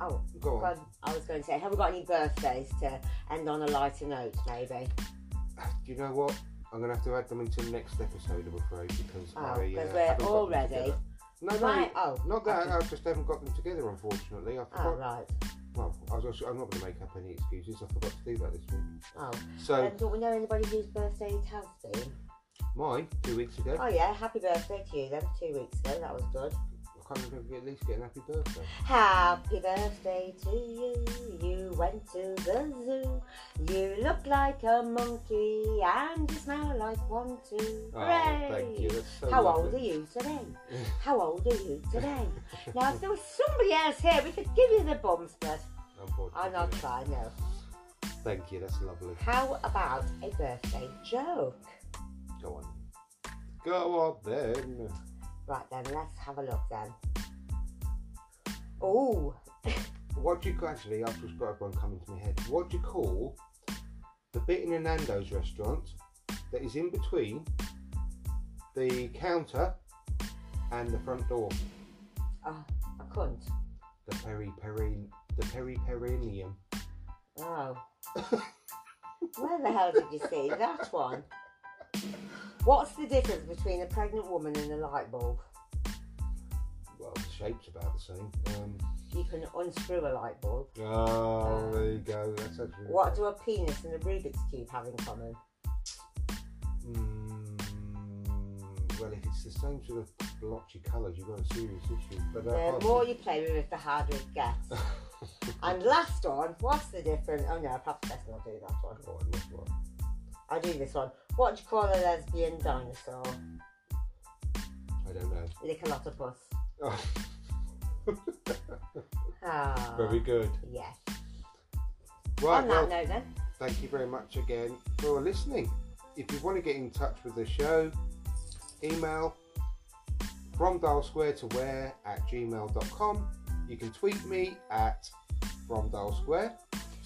[SPEAKER 2] Oh,
[SPEAKER 3] Go on.
[SPEAKER 2] God, I was going to say, have we got any birthdays to end on a lighter note, maybe?
[SPEAKER 3] Do you know what? I'm gonna have to add them into the next episode, I'm afraid, because
[SPEAKER 2] Oh,
[SPEAKER 3] I, uh,
[SPEAKER 2] 'cause
[SPEAKER 3] haven't
[SPEAKER 2] we're
[SPEAKER 3] got them
[SPEAKER 2] already-
[SPEAKER 3] together. No, no,
[SPEAKER 2] Right, oh,
[SPEAKER 3] not that.
[SPEAKER 2] okay.
[SPEAKER 3] I just haven't got them together, unfortunately. I
[SPEAKER 2] Oh,
[SPEAKER 3] forgot.
[SPEAKER 2] right.
[SPEAKER 3] Well, I was, I'm not gonna make up any excuses. I forgot to do that this week.
[SPEAKER 2] Oh,
[SPEAKER 3] So
[SPEAKER 2] um, don't we know anybody whose birthday it has been?
[SPEAKER 3] mine two weeks ago.
[SPEAKER 2] Oh, yeah, happy birthday to you then, two weeks ago, that was good.
[SPEAKER 3] I can't remember at least getting happy birthday.
[SPEAKER 2] Happy birthday to you, you went to the zoo. You look like a monkey and you smell like one too.
[SPEAKER 3] Oh, thank you. That's so
[SPEAKER 2] How
[SPEAKER 3] lovely.
[SPEAKER 2] old are you today? How old are you today? now, if there was somebody else here, we could give you the bumps, but
[SPEAKER 3] Unfortunately.
[SPEAKER 2] I'm not trying now.
[SPEAKER 3] Thank you. That's lovely.
[SPEAKER 2] How about a birthday joke?
[SPEAKER 3] Go on. Go on then.
[SPEAKER 2] Right then, let's have a look then. Oh,
[SPEAKER 3] What do you call, actually, I've just got one coming to my head. What do you call the bit in a Nando's restaurant that is in between the counter and the front door?
[SPEAKER 2] Oh, a cunt.
[SPEAKER 3] The peri peri, the peri perineum.
[SPEAKER 2] Oh. Where the hell did you see that one? What's the difference between a pregnant woman and a light bulb?
[SPEAKER 3] Well, the shape's about the same. Um,
[SPEAKER 2] You can unscrew a light bulb.
[SPEAKER 3] oh, there you go. That's actually
[SPEAKER 2] What do a penis and a Rubik's Cube have in common?
[SPEAKER 3] Mm, well, if it's the same sort of blotchy colours, you've got a serious issue. But uh,
[SPEAKER 2] The more you play with it, the harder it gets. and last one, what's the difference? Oh no, perhaps let's not do that one.
[SPEAKER 3] Oh, I missed one.
[SPEAKER 2] I'll do this one. What do you call a lesbian dinosaur?
[SPEAKER 3] I don't know.
[SPEAKER 2] Lickalotopus.
[SPEAKER 3] Oh.
[SPEAKER 2] Ah.
[SPEAKER 3] Very good.
[SPEAKER 2] Yes.
[SPEAKER 3] Right,
[SPEAKER 2] On
[SPEAKER 3] well,
[SPEAKER 2] that note then.
[SPEAKER 3] thank you very much again for listening. If you want to get in touch with the show, email from dial square to where at gmail.com. You can tweet me at from dial square.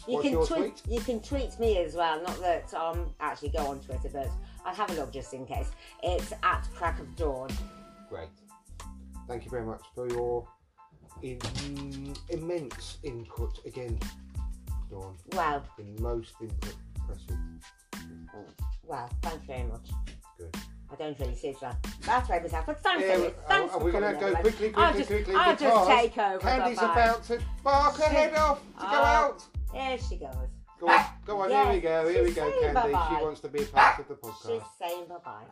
[SPEAKER 2] You
[SPEAKER 3] What's
[SPEAKER 2] can
[SPEAKER 3] your
[SPEAKER 2] tweet.
[SPEAKER 3] tweet?
[SPEAKER 2] You can tweet me as well. Not that um actually go on Twitter, but I'll have a look just in case. It's at crack of dawn.
[SPEAKER 3] Great. Thank you very much for your im- immense input again, Dawn.
[SPEAKER 2] Well,
[SPEAKER 3] The most input pressing.
[SPEAKER 2] well. Thank you very much.
[SPEAKER 3] Good.
[SPEAKER 2] I don't really see that. That's right, myself. But thanks,
[SPEAKER 3] Yeah,
[SPEAKER 2] Amy. Thanks
[SPEAKER 3] are
[SPEAKER 2] for
[SPEAKER 3] we
[SPEAKER 2] coming.
[SPEAKER 3] going to go
[SPEAKER 2] everyone.
[SPEAKER 3] quickly, quickly,
[SPEAKER 2] I'll just,
[SPEAKER 3] quickly?
[SPEAKER 2] I'll
[SPEAKER 3] because
[SPEAKER 2] just take over.
[SPEAKER 3] Candy's
[SPEAKER 2] bye-bye.
[SPEAKER 3] about to bark her head off to go
[SPEAKER 2] Oh,
[SPEAKER 3] out.
[SPEAKER 2] There she goes.
[SPEAKER 3] Go on, go on. Here
[SPEAKER 2] Yes,
[SPEAKER 3] we go. Here we
[SPEAKER 2] she's
[SPEAKER 3] go,
[SPEAKER 2] saying
[SPEAKER 3] Candy.
[SPEAKER 2] bye-bye.
[SPEAKER 3] She wants to be a part of the podcast.
[SPEAKER 2] She's saying bye bye.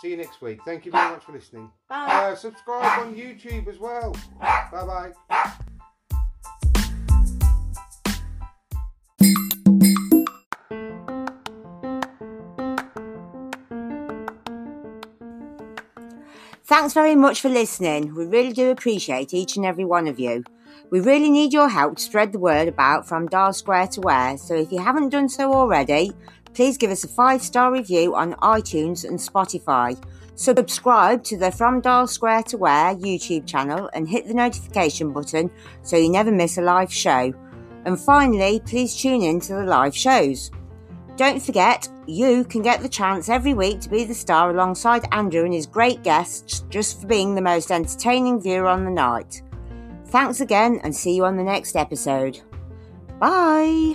[SPEAKER 3] See you next week. Thank you very much for listening.
[SPEAKER 2] Bye.
[SPEAKER 3] Uh, subscribe on YouTube as well. Bye bye.
[SPEAKER 2] Thanks very much for listening. We really do appreciate each and every one of you. We really need your help to spread the word about From Dar Square to Where, so if you haven't done so already, please give us a five star review on iTunes and Spotify. Subscribe to the From Dar Square to Where YouTube channel and hit the notification button so you never miss a live show. And finally, please tune in to the live shows. Don't forget, you can get the chance every week to be the star alongside Andrew and his great guests just for being the most entertaining viewer on the night. Thanks again and see you on the next episode. Bye!